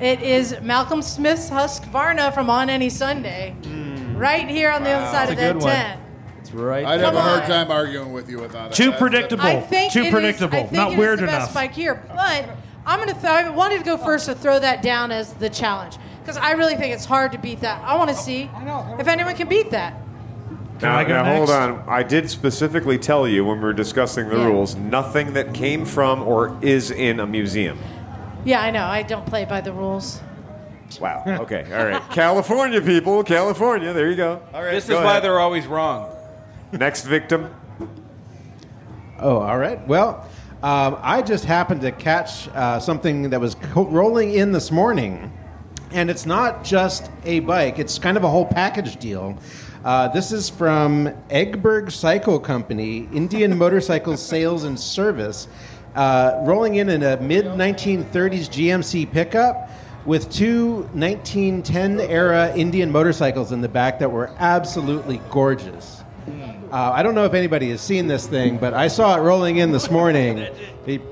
S1: It is Malcolm Smith's Husqvarna from On Any Sunday,
S4: Hmm.
S1: right here on the other side
S12: That's
S1: of
S12: a
S1: that
S12: good one.
S1: tent.
S12: It's right.
S8: I'd have
S1: Come
S8: a hard
S1: on.
S8: time arguing with you without that.
S4: Too
S8: That's-
S4: predictable.
S1: I think
S4: Too
S1: it is-
S4: predictable.
S1: I think
S4: Not
S1: it is
S4: weird
S1: the
S4: enough.
S1: Best bike here, but I'm gonna. Th- I wanted to go first to throw that down as the challenge because I really think it's hard to beat that. I want to see if anyone can beat that.
S4: Can I go
S2: now hold
S4: next?
S2: on. I did specifically tell you when we were discussing the
S1: Yeah.
S2: rules, nothing that came from or is in a museum.
S1: Yeah, I know. I don't play by the rules.
S2: Wow. Okay. All right. *laughs* California people, California. There you go. All right.
S10: This is
S2: go
S10: why
S2: ahead.
S10: they're always wrong.
S2: next victim.
S6: Oh, all right. Well, um, I just happened to catch uh, something that was co- rolling in this morning, and it's not just a bike; it's kind of a whole package deal. Uh, this is from Eggberg Cycle Company, Indian Motorcycle Sales and Service, uh, rolling in in a mid 1930s GMC pickup with two 1910 era Indian motorcycles in the back that were absolutely gorgeous. Uh, I don't know if anybody has seen this thing, but I saw it rolling in this morning. It-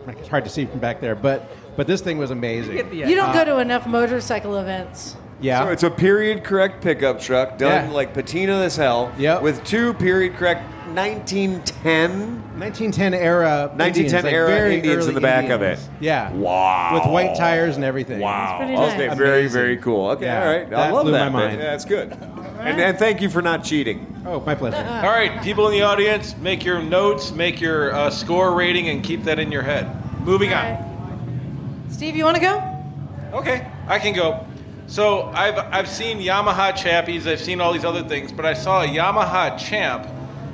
S6: It's hard to see from back there, but but this thing was amazing.
S1: You don't
S6: Uh,
S1: go to enough motorcycle events.
S6: Yeah.
S2: So it's a period correct pickup truck done
S6: Yeah.
S2: like patina as hell. Yep. With two period correct 1910.
S6: 1910 era.
S2: 1910
S6: Indians, like
S2: era
S6: very
S2: Indians in
S6: early
S2: the back of it.
S6: Indians. Yeah.
S2: Wow.
S6: With white tires and everything.
S2: Wow.
S6: It's pretty
S2: Oh, Okay,
S6: nice.
S2: very,
S6: Amazing.
S2: very cool. Okay,
S6: Yeah,
S2: all right. I
S6: that
S2: love
S6: blew
S2: that.
S6: my
S2: bit.
S6: mind.
S2: Yeah, that's good. And, and thank you for not cheating.
S6: Oh, my pleasure.
S10: All right, people in the audience, make your notes, make your uh, score rating, and keep that in your head. Moving on.
S1: Steve, you want to go?
S10: Okay, I can go. So I've I've seen Yamaha Chappies, I've seen all these other things, but I saw a Yamaha Champ,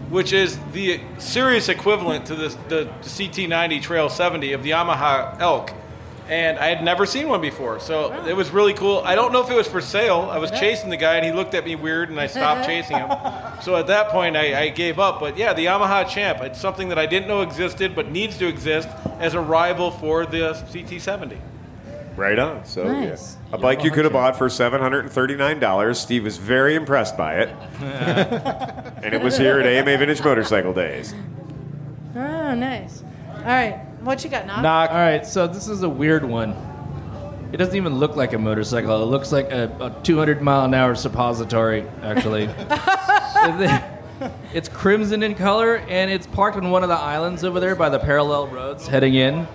S10: which is the serious equivalent to this, the CT90 Trail 70 of the Yamaha Elk, and I had never seen one before. So it was really cool. I don't know if it was for sale. I was chasing the guy, and he looked at me weird, and I stopped chasing him. So at that point, I, I gave up. But yeah, the Yamaha Champ, it's something that I didn't know existed, but needs to exist as a rival for the CT70.
S2: Right on. So yeah.
S10: Nice.
S2: a bike you could have bought for seven hundred and thirty nine dollars. Steve was very impressed by it. and it was here at AMA Vintage Motorcycle Days.
S1: Oh, nice. All right. What you got, Knock?
S5: Knock. All right, so this is a weird one. It doesn't even look like a motorcycle. It looks like a, a 200 mile an hour suppository,
S2: *laughs*
S5: actually. it's crimson in color, and it's parked on one of the islands over there by the parallel roads heading in.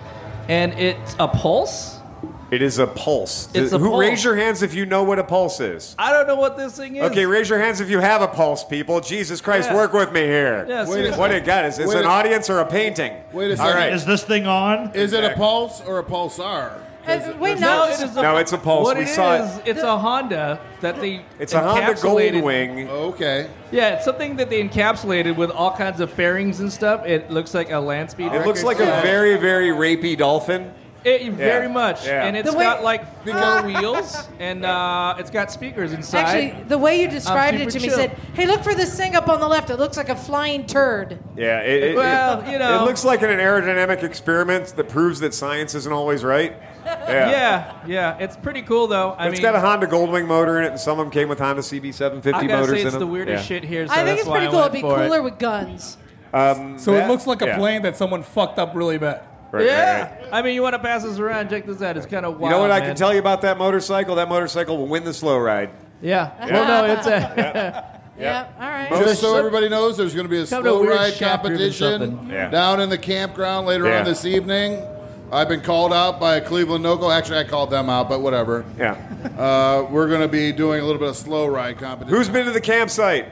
S5: And it's a pulse.
S2: It is a pulse.
S5: It's a
S2: Who
S5: pulse.
S2: raise your hands if you know what a pulse is?
S5: I don't know what this thing is.
S2: Okay, raise your hands if you have a pulse, people. Jesus Christ,
S5: Yeah.
S2: work with me here.
S5: Yeah,
S2: Wait,
S5: seriously.
S2: what it got is it's
S5: Wait
S2: an
S5: a-
S2: audience or a painting.
S8: Wait a
S2: All
S8: second.
S2: right.
S8: Is
S4: this thing on?
S8: Is it a pulse or a pulsar?
S1: wait, no.
S5: no, it is a,
S2: No, it's a pulse.
S5: What
S2: We
S5: it
S2: saw it.
S5: is, It's a Honda that they.
S2: It's a Honda
S5: encapsulated-
S2: Goldwing.
S8: Okay.
S5: Yeah, it's something that they encapsulated with all kinds of fairings and stuff. It looks like a land speed.
S2: It looks like a very, very rapey dolphin.
S5: It, very much,
S2: Yeah.
S5: and it's
S1: The way-
S5: got like four wheels, and uh, it's got speakers inside.
S1: Actually, the way you described
S5: Um,
S1: it to
S5: super
S1: me
S5: chill.
S1: said, hey, look for this thing up on the left. It looks like a flying turd.
S2: Yeah, it, it-
S5: Well,
S2: it-
S5: you
S2: it
S5: know.
S2: looks like an aerodynamic experiment that proves that science isn't always
S5: *laughs*
S2: right. Yeah,
S5: yeah, yeah, it's pretty cool though. I
S2: It's
S5: mean,
S2: got a Honda Goldwing motor in it, and some of them came with Honda CB750
S5: I gotta
S2: motors
S5: say
S2: in
S5: it's
S2: them.
S5: the weirdest shit here. So
S1: I think
S5: that's
S1: it's
S5: why
S1: pretty
S5: I
S1: cool. It'd
S5: went
S1: be
S5: for
S1: cooler
S5: It.
S1: with guns.
S2: Um,
S12: So
S5: that-
S12: it looks like a
S5: yeah.
S12: plane that someone fucked up really bad.
S2: Right,
S5: yeah,
S2: right,
S5: I mean, you want to pass this around? Check this out. It's kind of wild.
S2: you know what I
S5: man.
S2: can tell you about that motorcycle? That motorcycle will win the slow ride.
S5: Yeah.
S2: Yeah.
S5: Well, *laughs* no,
S2: *laughs*
S5: it's a.
S1: Yep. All right.
S8: Just so everybody knows, there's going to be a
S5: Come to a
S8: slow
S5: weird
S8: ride
S5: shop group or
S8: competition
S5: something. Yeah.
S8: down in the campground later
S2: Yeah.
S8: on this evening. I've been called out by Cleveland Local. Actually, I called them out, but whatever.
S2: Yeah.
S8: Uh, we're going to be doing a little bit of slow ride competition.
S2: Who's been to the campsite?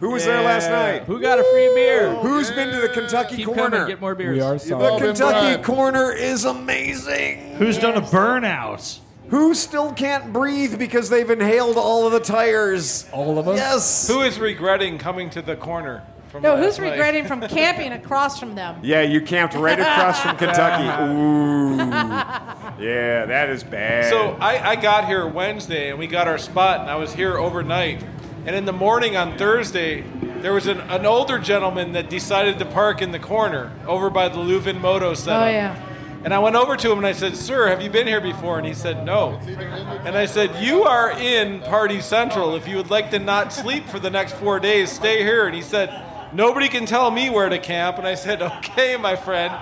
S2: Who was there last
S8: Yeah.
S2: night?
S5: Who got a free beer?
S2: Who's been to the Kentucky Corner?
S5: get more beers.
S2: The Kentucky Corner is amazing.
S4: Who's done a burnout?
S2: Who still can't breathe because they've inhaled all of the tires?
S12: All of
S2: us? Yes.
S10: Who is regretting coming to the corner? From
S1: No,
S10: last
S1: who's
S10: night?
S1: regretting from camping across from them?
S2: Yeah, you camped right across
S5: *laughs*
S2: from Kentucky. Ooh. *laughs* Yeah, that is bad.
S10: So I, I got here Wednesday and we got our spot, and I was here overnight. And in the morning on Thursday, there was an, an older gentleman that decided to park in the corner over by the Leuven Moto setup.
S1: Oh, yeah.
S10: And I went over to him and I said, Sir, have you been here before? And he said, No. And I said, You are in Party Central. If you would like to not sleep for the next four days, stay here. And he said, Nobody can tell me where to camp. And I said, *laughs* Okay, my friend.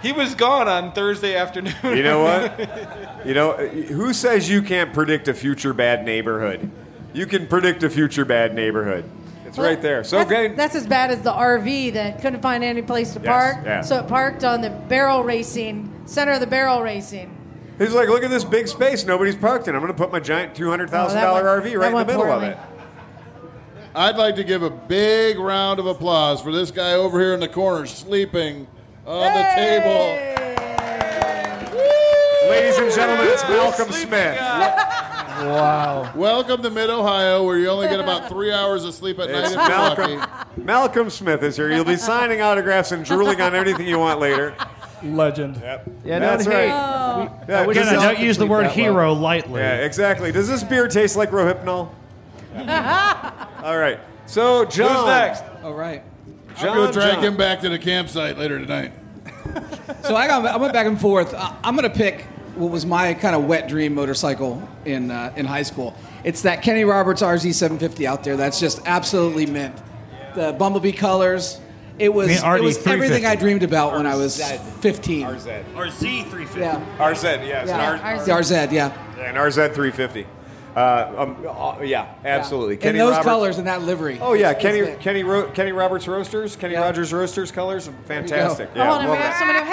S10: He was gone on Thursday afternoon.
S2: You know
S10: *laughs*
S2: what? You know, uh, who says you can't predict a future bad neighborhood? You can predict a future bad neighborhood. It's right there. So,
S1: that's,
S2: okay.
S1: That's as bad as the RV that couldn't find any place to
S2: Yes,
S1: park,
S2: yeah.
S1: so it parked on the barrel racing center of the barrel racing.
S2: He's like, look at this big space nobody's parked in. I'm going to put my giant $200,000
S1: Oh, that went-
S2: RV right in the
S1: that went
S2: middle of
S1: poorly.
S2: it.
S8: I'd like to give a big round of applause for this guy over here in the corner sleeping on the table.
S2: Ladies and gentlemen, it's Malcolm Smith.
S8: Wow. Welcome to Mid Ohio, where you only get
S2: *laughs*
S8: about three hours of sleep at night.
S2: It's
S8: if you're
S2: Malcolm.
S8: lucky.
S2: Malcolm Smith is here.
S1: *laughs*
S2: You'll be signing autographs and drooling on anything you want later.
S12: Legend.
S2: Yep.
S12: Yeah,
S2: That's
S12: don't
S2: right.
S12: hate.
S1: Oh.
S2: Yeah,
S4: I wish
S2: does
S4: I
S2: this-
S4: don't use the word hero lightly.
S2: Yeah, exactly. Does this beer taste like Rohypnol? All right. So John.
S11: All right.
S8: I'm gonna drag him back to the campsite later tonight.
S11: so I, got, I went back and forth. I, I'm going to pick what was my kind of wet dream motorcycle in uh, in high school. It's that Kenny Roberts RZ750 out there. That's just absolutely mint. The bumblebee colors. It was
S4: The
S11: it was
S4: RD350.
S11: everything I dreamed about when I was 15.
S2: RZ.
S4: RZ350.
S11: Yeah.
S2: RZ, yes.
S11: Yeah,
S2: an R-
S11: RZ. The RZ, yeah.
S2: An RZ 350. Uh, um, uh, yeah, absolutely.
S11: In those colors and that livery.
S2: Oh yeah,
S11: It's-
S2: Kenny
S11: it's
S2: Kenny Ro- Kenny Roberts roasters, Kenny Rogers roasters colors, fantastic.
S1: I
S2: Yeah,
S1: want to
S2: love
S1: have
S2: that.
S1: someone.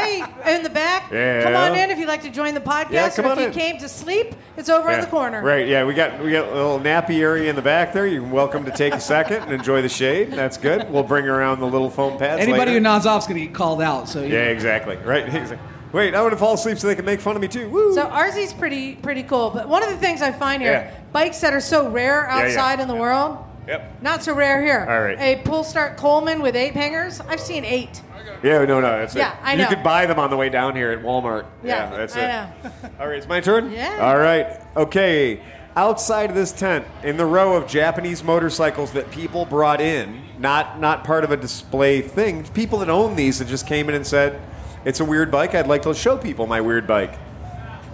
S1: Hey, in the back.
S2: Yeah.
S1: Come on in if you'd like to join the podcast.
S2: Yeah, come
S1: or
S2: on
S1: if you
S2: in.
S1: came to sleep, it's over
S2: yeah.
S1: in the corner.
S2: Right, yeah, we got we got a little nappy area in the back there. You're welcome to take a second and enjoy the shade. That's good. We'll bring around the little foam pads.
S11: Anybody
S2: later.
S11: who nods off is going to get called out. So you
S2: Yeah, exactly. Right. *laughs* He's like, Wait, I want to fall asleep so they can make fun of me too. Woo.
S1: So RZ's pretty pretty cool. But one of the things I find here,
S2: Yeah.
S1: bikes that are so rare
S2: Yeah, yeah.
S1: outside in the world,
S2: Yep.
S1: not so rare here.
S2: All right.
S1: A pull start Coleman with eight hangers. I've seen eight.
S2: Yeah, no, no, that's
S1: Yeah,
S2: it.
S1: I
S2: You
S1: know.
S2: could buy them on the way down here at Walmart.
S1: Yeah,
S2: that's
S1: I
S2: it.
S1: know.
S2: All right, it's my turn?
S1: Yeah.
S2: All right. Okay. Outside of this tent, in the row of Japanese motorcycles that people brought in, not not part of a display thing, people that own these that just came in and said, "It's a weird bike. I'd like to show people my weird bike."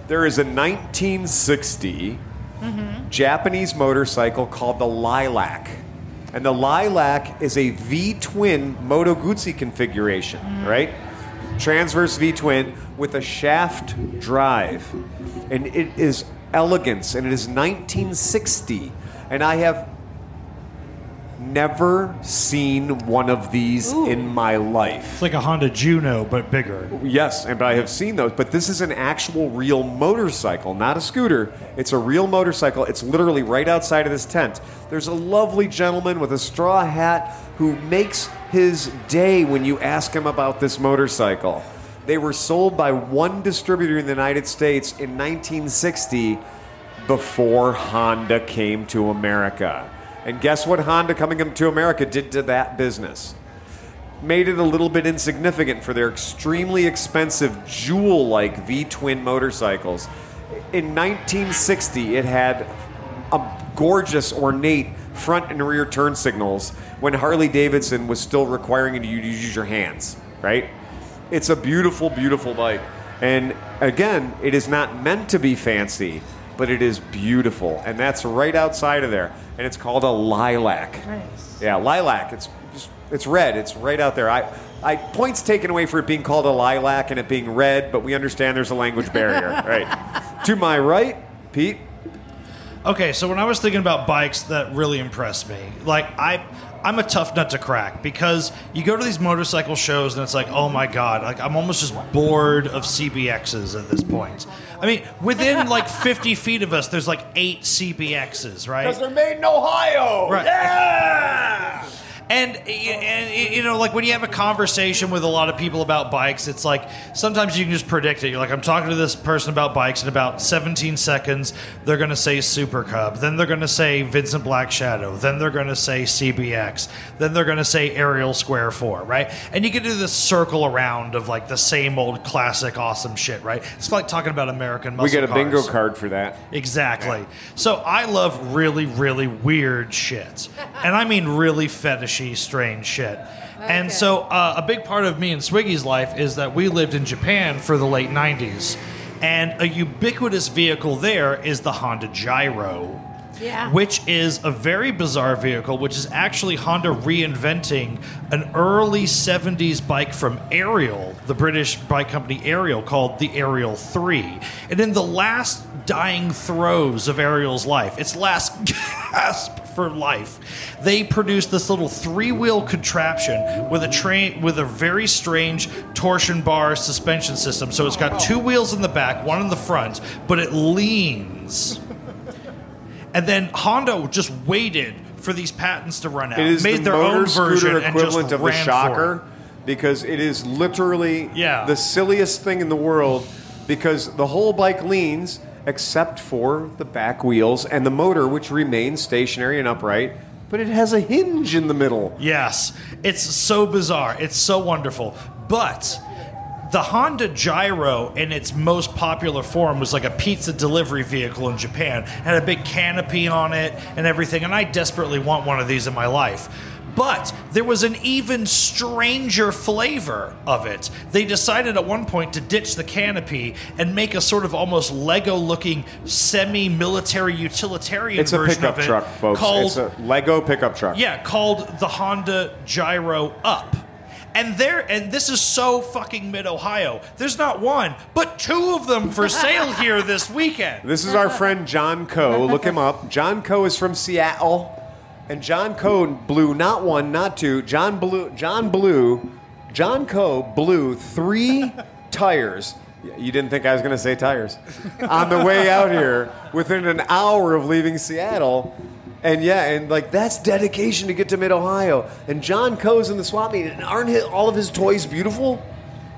S2: There is a 1960
S1: Mm-hmm.
S2: Japanese motorcycle called the Lilac. And the Lilac is a V twin Moto Guzzi configuration, right? Transverse V twin with a shaft drive. And it is elegance, and it is 1960. And I have never seen one of these in my life.
S4: It's like a Honda Juno, but bigger.
S2: Yes, and I have seen those, but this is an actual real motorcycle, not a scooter. It's a real motorcycle. It's literally right outside of this tent. There's a lovely gentleman with a straw hat who makes his day when you ask him about this motorcycle. They were sold by one distributor in the United States in 1960 before Honda came to America. And guess what Honda coming to America did to that business? made it a little bit insignificant for their extremely expensive jewel like V twin motorcycles. In 1960, it had a gorgeous, ornate front and rear turn signals when Harley Davidson was still requiring you to use your hands, right? It's a beautiful, beautiful bike. And again, it is not meant to be fancy, but it is beautiful. And that's right outside of there. And it's called a lilac. Yeah, lilac. It's just it's red. It's right out there. I, I points taken away for it being called a lilac and it being red, but we understand there's a language barrier. right. To my right, Pete.
S4: Okay, so when I was thinking about bikes that really impressed me, like I I'm a tough nut to crack because you go to these motorcycle shows and it's like, oh my god, like I'm almost just bored of CBXs at this point. I mean, within like 50 feet of us, there's like eight CBXs, right?
S2: they're made in Ohio.
S4: Right.
S2: Yeah.
S4: And, y- and y- you know, like when you have a conversation with a lot of people about bikes, it's like sometimes you can just predict it. You're like, I'm talking to this person about bikes in about 17 seconds. They're going to say Super Cub. Then they're going to say Vincent Black Shadow. Then they're going to say CBX. Then they're going to say Aerial Square 4, right? And you can do this circle around of like the same old classic awesome shit, right? It's like talking about American muscle
S2: we get a bingo
S4: cars.
S2: card for that.
S4: Exactly. So I love really, really weird shit. And I mean really fetishy, strange shit. And so uh, a big part of me and Swiggy's life is that we lived in Japan for the late 90s. And a ubiquitous vehicle there is the Honda Gyro.
S3: Yeah.
S4: Which is a very bizarre vehicle, which is actually Honda reinventing an early 70s bike from Ariel, the British bike company Ariel, called the Ariel 3. And in the last dying throes of Ariel's life, its last *laughs* gasp for life, they produced this little three-wheel contraption with a train with a very strange torsion bar suspension system. So it's got two wheels in the back, one in the front, but it leans. And then Honda just waited for these patents to run out.
S2: It is
S4: made
S2: the
S4: their
S2: motor
S4: own version
S2: scooter
S4: and just
S2: equivalent of the
S4: ran for
S2: shocker because it is literally
S4: Yeah.
S2: the silliest thing in the world because the whole bike leans except for the back wheels and the motor which remains stationary and upright but it has a hinge in the middle
S4: it. Yes, it's so bizarre. It's so wonderful. But the Honda Gyro in its most popular form was like a pizza delivery vehicle in Japan. It had a big canopy on it and everything, and I desperately want one of these in my life. But there was an even stranger flavor of it. They decided at one point to ditch the canopy and make a sort of almost Lego looking semi military utilitarian
S2: It's a
S4: version
S2: pickup
S4: of it.
S2: truck, folks.
S4: Called
S2: it's a Lego pickup truck.
S4: yeah, called the Honda Gyro Up. And there and this is so fucking mid Ohio. There's not one, but two of them for sale here this weekend.
S2: This is our friend John Coe. Look him up. John Coe is from Seattle, and John Coe blew not one, not two. John blew. John blew. John Coe blew three tires. Y- You didn't think I was going to say tires on the way out here within an hour of leaving Seattle. And yeah, and like that's dedication to get to Mid Ohio. And John Coe's in the swap meet, and aren't his, all of his toys beautiful?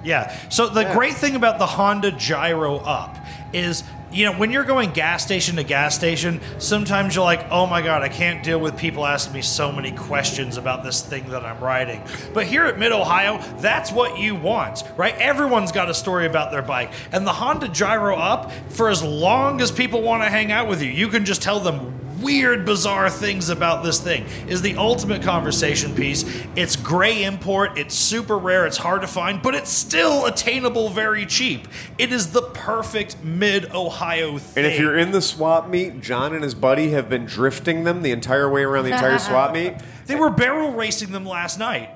S4: Yeah. So the great thing about the Honda Gyro Up is, you know, when you're going gas station to gas station, sometimes you're like, oh my God, I can't deal with people asking me so many questions about this thing that I'm riding. But here at Mid Ohio, that's what you want, right? Everyone's got a story about their bike. And the Honda Gyro Up, for as long as people want to hang out with you, you can just tell them weird, bizarre things about this thing is the ultimate conversation piece. It's gray import, it's super rare, it's hard to find, but it's still attainable very cheap. It is the perfect mid Ohio thing.
S2: And if you're in the swap meet, John and his buddy have been drifting them the entire way around the entire
S1: *laughs*
S2: swap meet.
S4: They were barrel racing them last night.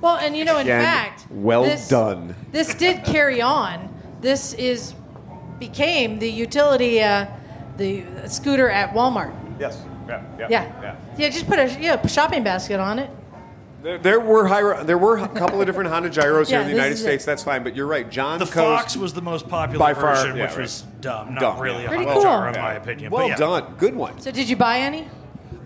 S1: Well, and you know, in
S2: Again,
S1: fact,
S2: well
S1: this-
S2: done.
S1: this did carry on. This is became the utility, uh, the scooter at Walmart.
S2: Yes. Yeah.
S1: Yeah. Yeah, just put a yeah, shopping basket on it.
S2: There, there were hyro, there were a couple of different Honda gyros here
S1: Yeah,
S2: in the
S1: this
S2: United
S1: is it.
S2: States. That's fine, but you're right. John
S4: The
S2: Coe's-
S4: Fox was the most popular
S2: By far,
S4: version,
S2: yeah,
S4: which
S2: right.
S4: was dumb, not
S2: Dumb,
S4: really
S2: yeah.
S4: a
S2: Pretty
S4: hot
S2: cool.
S4: jar in my
S2: Yeah.
S4: opinion.
S2: Well
S4: but yeah.
S2: done. Good one.
S1: So, did you buy any?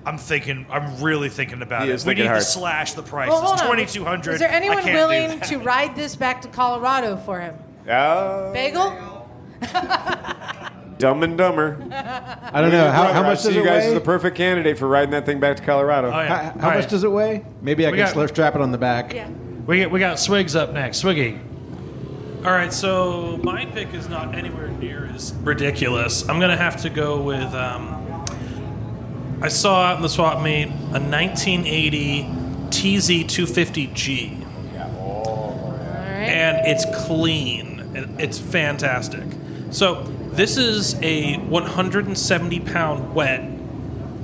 S4: I'm thinking. I'm really thinking about
S2: He
S4: it.
S2: is
S4: We
S2: thinking
S4: need
S2: hard.
S4: to slash the price.
S1: Well, hold
S4: it's
S1: on.
S4: twenty two hundred.
S1: Is there anyone willing to ride this back to Colorado for him?
S2: Uh,
S1: Bagel?
S2: Dumb and Dumber.
S6: I don't know. How- how much
S2: I
S6: does
S2: see you
S6: it
S2: guys
S6: weigh?
S2: as the perfect candidate for riding that thing back to Colorado.
S4: Oh, yeah.
S6: How much does it weigh? Maybe I
S4: We
S6: can
S4: got-
S6: slow strap it on the back.
S4: We we got Swigs up next. Swiggy.
S13: All right, so my pick is not anywhere near as ridiculous. I'm going to have to go with. Um, I saw out in the swap meet a 1980 TZ250G. And it's clean. and It's fantastic. So this is a 170 pound wet,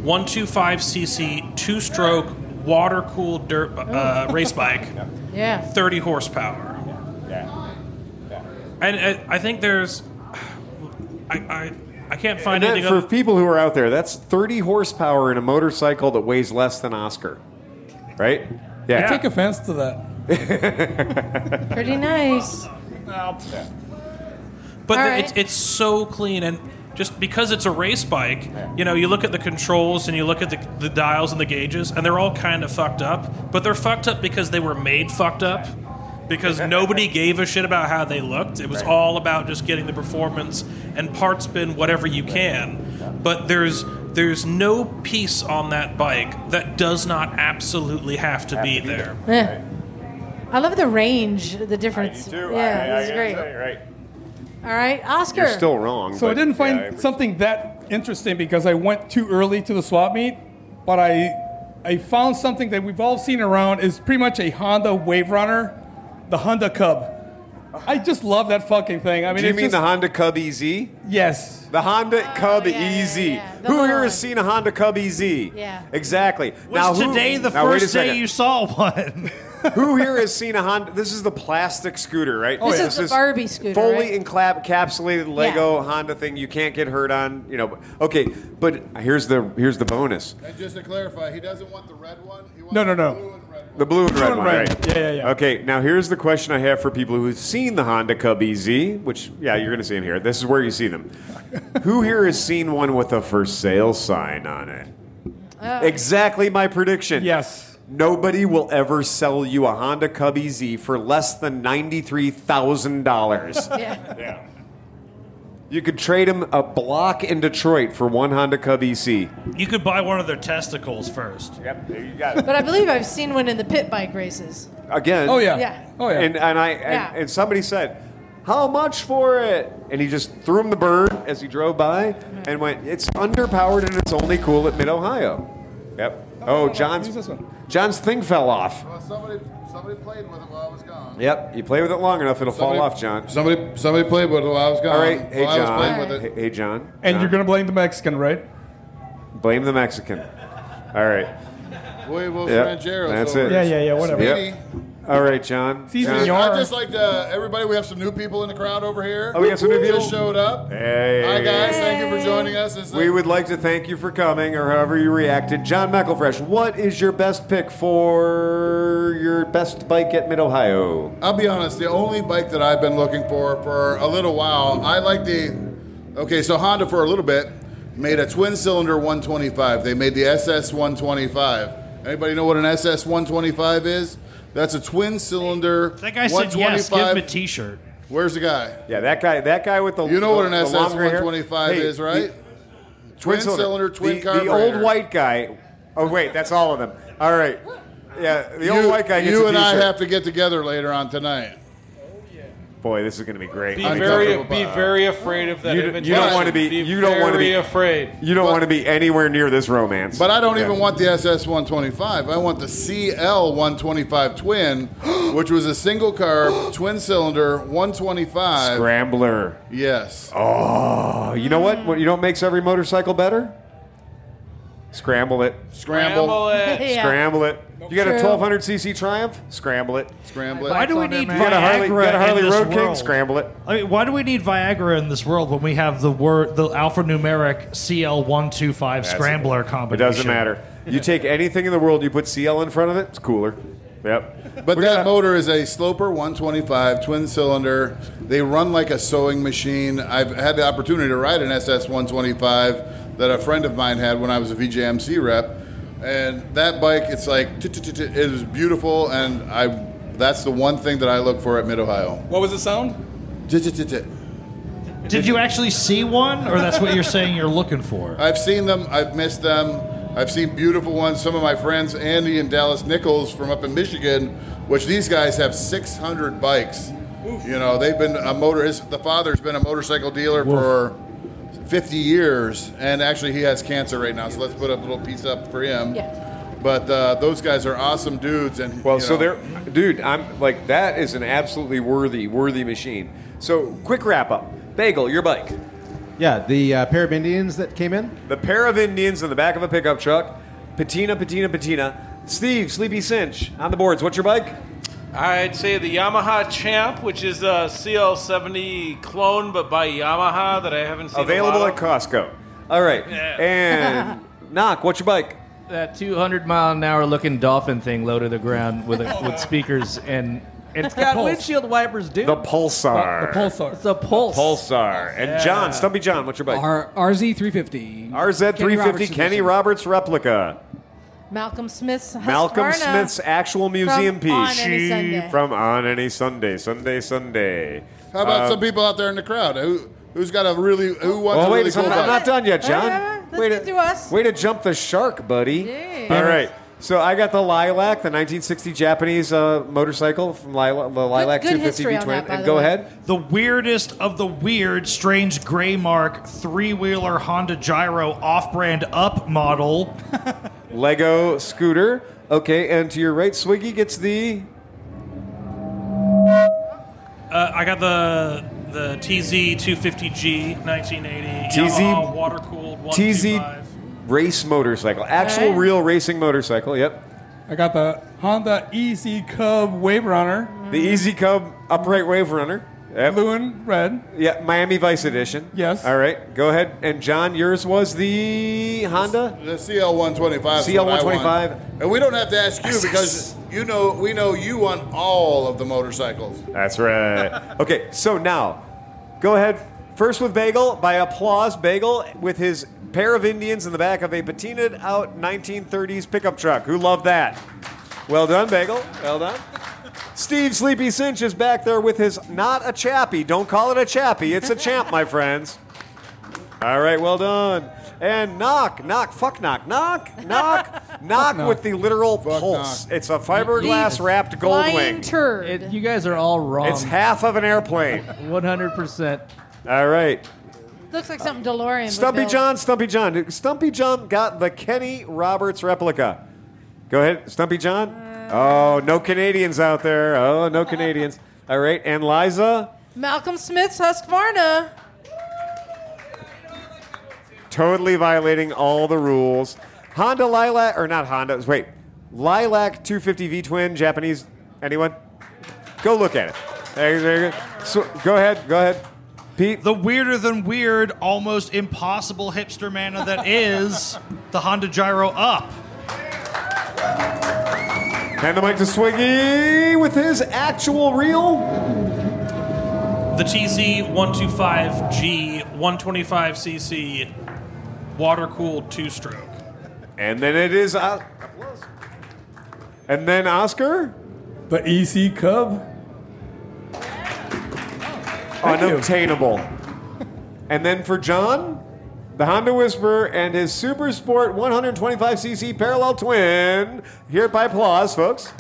S13: 125cc, two stroke, water cooled dirt uh, race bike,
S1: Yeah.
S13: 30 horsepower.
S2: Yeah.
S13: And uh, I, I think there's, *sighs* I, I, I can't find
S2: And that-
S13: anything.
S2: for
S13: other-
S2: people who are out there, that's 30 horsepower in a motorcycle that weighs less than Oscar, right?
S12: I take offense to that.
S1: Pretty nice.
S13: but
S1: All
S13: the,
S1: right.
S13: it's it's so clean and just because it's a race bike, you know, you look at the controls and you look at the, the dials and the gauges, and they're all kind of fucked up. But they're fucked up because they were made fucked up. *laughs* Because nobody gave a shit about how they looked. It was all about just getting the performance and part spin whatever you can. But there's there's no piece on that bike that does not absolutely have to be there.
S1: Eh. I love the range, the difference. Yeah,
S13: I- I
S1: it's
S13: gotta
S1: great.
S13: tell
S2: right.
S1: All right, Oscar.
S2: wrong.
S12: So I
S2: but-
S1: *laughs*
S12: didn't find
S2: yeah, I-
S12: something that interesting because I went too early to the swap meet, but I I found something that we've all seen around is pretty much a Honda Wave Runner, the Honda Cub. I just love that fucking thing. I
S2: Do
S12: mean,
S2: you
S12: it's
S2: mean
S12: just,
S2: the Honda Cub EZ?
S12: Yes.
S2: The Honda
S1: Oh,
S2: Cub EZ. Who here has seen a Honda Cub EZ?
S1: Yeah.
S2: Exactly.
S4: Was today the
S2: now, wait a
S4: first day
S2: second.
S4: you saw one? *laughs*
S2: who here has seen a Honda? This is the plastic scooter, right?
S1: This is the Barbie scooter,
S2: fully
S1: right?
S2: encapsulated Lego Honda thing. You can't get hurt on. You know. Okay, but here's the here's the bonus.
S9: And just to clarify, he doesn't want the red one. He wants
S12: No, no, no.
S2: The blue and
S12: Blue
S2: red
S12: and
S2: one,
S12: red.
S2: right?
S12: Yeah, yeah, yeah.
S2: Okay, now here's the question I have for people who've seen the Honda Cub EZ, which yeah, you're gonna see them here. This is where you see
S12: *laughs*
S2: them. Who here has seen one with a for sale sign on it? Exactly my prediction.
S12: Yes.
S2: Nobody will ever sell you a Honda Cub E
S12: *laughs*
S2: EZ for less than ninety-three thousand dollars.
S1: Yeah.
S2: Yeah. You could trade him a block in Detroit for one Honda Cub E EC.
S13: You could buy one of their testicles first. Yep, there you got
S1: But I believe I've seen one in the pit bike races.
S2: Again.
S1: Oh, yeah. Yeah.
S2: Oh yeah. And and I and,
S1: Yeah.
S2: and somebody said, "How much for it?" And he just threw him the bird as he drove by and went, "It's underpowered and it's only cool at Mid Ohio." Yep. Oh,
S8: use
S2: John's
S8: this one.
S2: John's thing fell off.
S9: Well, somebody, somebody played with it while I was gone.
S2: Yep. You play with it long enough, it'll
S8: Somebody-
S2: fall off, John.
S8: Somebody, somebody played with it while I was gone.
S2: All right. Hey,
S8: While I was
S2: John.
S8: playing with
S2: Hey, hey, John.
S12: And
S2: John.
S12: you're gonna blame the Mexican, right?
S2: blame the Mexican. All right.
S8: Huevos
S2: Yep,
S8: Rancheros.
S2: That's
S8: over.
S2: it.
S8: Speedy.
S2: Yep. All right, John. John.
S8: I just like to, everybody. We have some new people in the crowd over here.
S2: Oh, we got some new people?
S8: Just showed up.
S2: Hey.
S8: Hi guys, thank you for joining us. It's
S2: We would like to thank you for coming, or however you reacted. John McElfresh, what is your best pick for your best bike at Mid Ohio?
S8: I'll be honest, the only bike that I've been looking for for a little while, I like the. Okay, so Honda for a little bit made a twin cylinder 125. They made the SS 125. Anybody know what an SS 125 is? That's a twin cylinder.
S13: That guy said yes. Give him a
S8: 125.
S13: T-shirt.
S8: Where's the guy?
S2: Yeah, that guy. That guy with the
S8: You know what an
S2: the
S8: SS
S2: longer hair?
S8: 125
S2: Hey,
S8: is, right?
S2: the-
S8: twin cylinder, twin
S2: the, The
S8: carburetor.
S2: old white guy. Oh wait, that's all of them. All right. Yeah, the old
S8: You-
S2: white guy gets
S8: You
S2: a
S8: and I
S2: t-shirt.
S8: have to get together later on tonight.
S2: Boy, this is going to be great.
S8: Be
S2: I'm
S8: very-
S2: excited.
S8: be
S10: very afraid of that
S2: You, d- you don't
S8: invitation.
S2: want to be.
S8: Be
S2: You don't want to be
S8: very afraid.
S2: You don't want to be anywhere near this romance.
S8: But I don't
S2: Yeah.
S8: even want the SS 125. I want the CL 125
S2: *gasps*
S8: twin, which was a single carb, twin cylinder, 125.
S2: Scrambler.
S8: Yes.
S2: Oh, you know what? What you know what makes every motorcycle better? Scramble it.
S8: Scramble. Scramble
S2: *laughs*
S8: it. Yeah.
S2: Scramble it. You got a
S8: True.
S2: 1200 cc Triumph? Scramble it.
S8: Scramble
S4: it. Why do we need
S2: You got a Harley, you got a
S4: Viagra
S2: Harley
S4: in this
S2: Road King?
S4: world?
S2: Scramble it.
S4: I mean, why do we need Viagra in this world when we have the word the alphanumeric CL125 scrambler
S2: It
S4: combination?
S2: doesn't matter. You take anything in the world, you put CL in front of it, it's cooler. Yep.
S8: But that motor is a Sloper 125 twin cylinder. They run like a sewing machine. I've had the opportunity to ride an SS 125 that a friend of mine had when I was a VJMC rep, and that bike, it's like t- t- t- t- it is beautiful, and I that's the one thing that I look for at Mid Ohio.
S7: What was the sound?
S8: T- t- t- t-
S4: Did you actually see one, or that's what you're saying you're looking for?
S8: I've seen them. I've missed them. I've seen beautiful ones. Some of my friends, Andy and Dallas Nichols from up in Michigan, which these guys have 600 bikes. You know, they've been a motor. His, the father's been a motorcycle dealer for 50 years, and actually he has cancer right now. So let's put a little piece up for him. But uh, those guys are awesome dudes, and
S2: Well,
S8: you
S2: so
S8: know,
S2: there, dude. I'm like that is an absolutely worthy, worthy machine. So quick wrap up. Bagel, your bike.
S6: Yeah, the uh, pair of Indians that came in.
S2: The pair of Indians in the back of a pickup truck. Patina, patina, patina. Steve, Sleepy Cinch on the boards. What's your bike?
S10: I'd say the Yamaha Champ, which is a CL70 clone but by Yamaha that I haven't seen. a
S2: Available
S10: lot
S2: at
S10: of.
S2: Costco. All right.
S5: *laughs*
S2: And knock. What's your bike?
S5: That 200 mile an hour looking dolphin thing low to the ground with a, with speakers and and it's got
S2: The Pulse.
S5: windshield wipers, dude.
S2: The Pulsar.
S5: The Pulsar. It's a Pulse.
S2: Pulsar. And John, Stumpy John, what's your bike?
S11: R- RZ350.
S2: RZ350 Kenny Roberts,
S11: edition.
S2: replica.
S1: Malcolm Smith's Husqvarna.
S2: Malcolm Smith's actual museum
S1: From On
S2: piece.
S1: Any She- Sunday.
S2: From On Any Sunday. Sunday, Sunday.
S8: how about
S2: Uh,
S8: some people out there in the crowd who who's got a really who wants
S2: Well,
S8: a
S2: wait,
S8: really
S2: so
S8: cool
S2: I'm
S8: bike?
S2: not done yet, John.
S1: Listen Uh, to us.
S2: Way to jump the shark, buddy.
S1: Jeez.
S2: All right. So I got the Lilac, the 1960 Japanese uh, motorcycle from Lila, the Lilac
S1: good
S2: 250
S1: history
S2: V
S1: on
S2: twin.
S1: that, by
S2: And
S1: the
S2: go
S1: way.
S2: ahead.
S4: The weirdest of the weird, strange gray mark three wheeler Honda Gyro off brand up model.
S2: Lego scooter. Okay, and to your right, Swiggy gets the
S13: Uh, I got the the TZ 250G 1980
S2: TZ
S13: Yamaha water cooled
S2: TZ
S13: 125.
S2: race motorcycle. Actual
S12: Alright.
S2: real racing motorcycle. Yep.
S12: I got the Honda Easy Cub Wave Runner.
S2: The Easy Cub upright wave runner. Yep.
S12: Blue and red.
S2: Yeah, Miami Vice Edition.
S12: Yes.
S2: All right, go ahead. And John, yours was the Honda?
S8: The CL 125.
S2: CL 125.
S8: And we don't have to ask you because you know we know you want all of the motorcycles.
S2: That's right. *laughs* okay, so now, go ahead. First with Bagel, by applause, Bagel with his pair of Indians in the back of a patinaed out 1930s pickup truck. Who loved that? Well done, Bagel. Well done. Steve Sleepy Cinch is back there with his not a chappy. Don't call it a chappy. It's a champ, my friends. All right, well done. And knock, knock, fuck knock, knock, *laughs* knock, knock
S5: knock.
S2: with the literal pulse. It's a fiberglass wrapped gold wing.
S5: It- you guys are all wrong.
S2: It's half of an airplane.
S5: One hundred percent.
S2: All right.
S1: Looks like something DeLorean. would
S2: Stumpy
S1: build.
S2: John, Stumpy John. Stumpy John got the Kenny Roberts replica. Go ahead, Stumpy John. Oh, no Canadians out there. Oh, no Canadians. All right, and Liza,
S1: Malcolm Smith's Husqvarna.
S2: totally violating all the rules. Honda Lilac, or not Honda, wait. Lilac 250V twin, Japanese. Anyone? Go look at it. There you- there you go. So, go ahead, go ahead. Uh, Pete?
S4: The weirder than weird, almost impossible hipster manna that is the Honda Gyro Up.
S2: Hand the mic to Swiggy with his actual reel.
S13: The TC 125G 125cc water cooled two stroke.
S2: And then it is. Uh, and then Oscar?
S12: The EC Cub?
S2: unobtainable. and then for John, the Honda Whisperer and his Super Sport 125cc parallel twin. Here by applause, folks.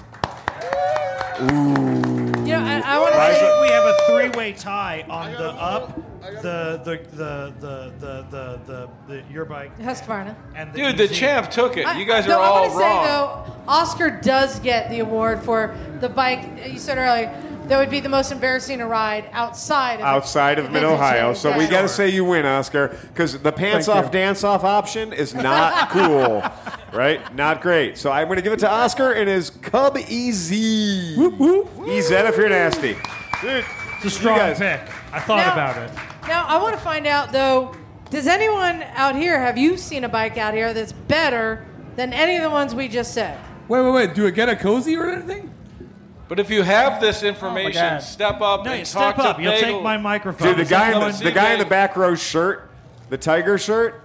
S2: Ooh.
S1: Yeah, I, I want
S4: I
S1: to say
S4: think we have a
S1: *laughs*
S4: three-way tie on the up, the the the the the the the, the your bike.
S1: Husqvarna.
S4: And the E
S10: Dude, the
S4: easy-
S10: champ took it.
S1: I-
S10: You guys
S1: no,
S10: are
S1: I
S10: all
S1: wanna say,
S10: wrong.
S1: though, Oscar does get the award for the bike you said earlier that would be the most embarrassing to ride outside of
S2: Outside of mid Ohio. So we got to say you win, Oscar, because the pants
S1: Thank
S2: off,
S1: you.
S2: dance off option is *laughs* not cool, right? Not great. So I'm going to give it to Oscar and his Cub E EZ. Whoop, whoop. EZ if you're nasty. Dude,
S4: it's a strong
S2: guys-
S4: pick. I thought
S1: Now-
S4: about it.
S1: Now I want to find out though, does anyone out here have you seen a bike out here that's better than any of the ones we just said?
S12: Wait, wait, wait. Do I get a cozy or anything?
S10: But if you have this information,
S12: Oh God.
S10: step up
S12: No,
S10: and
S12: you
S10: talk
S12: step up.
S10: to
S12: You'll
S10: Bagel.
S12: take my microphone.
S2: Dude, the guy in the,
S10: See
S2: the guy in the
S10: Bagel.
S2: back row shirt, the tiger shirt.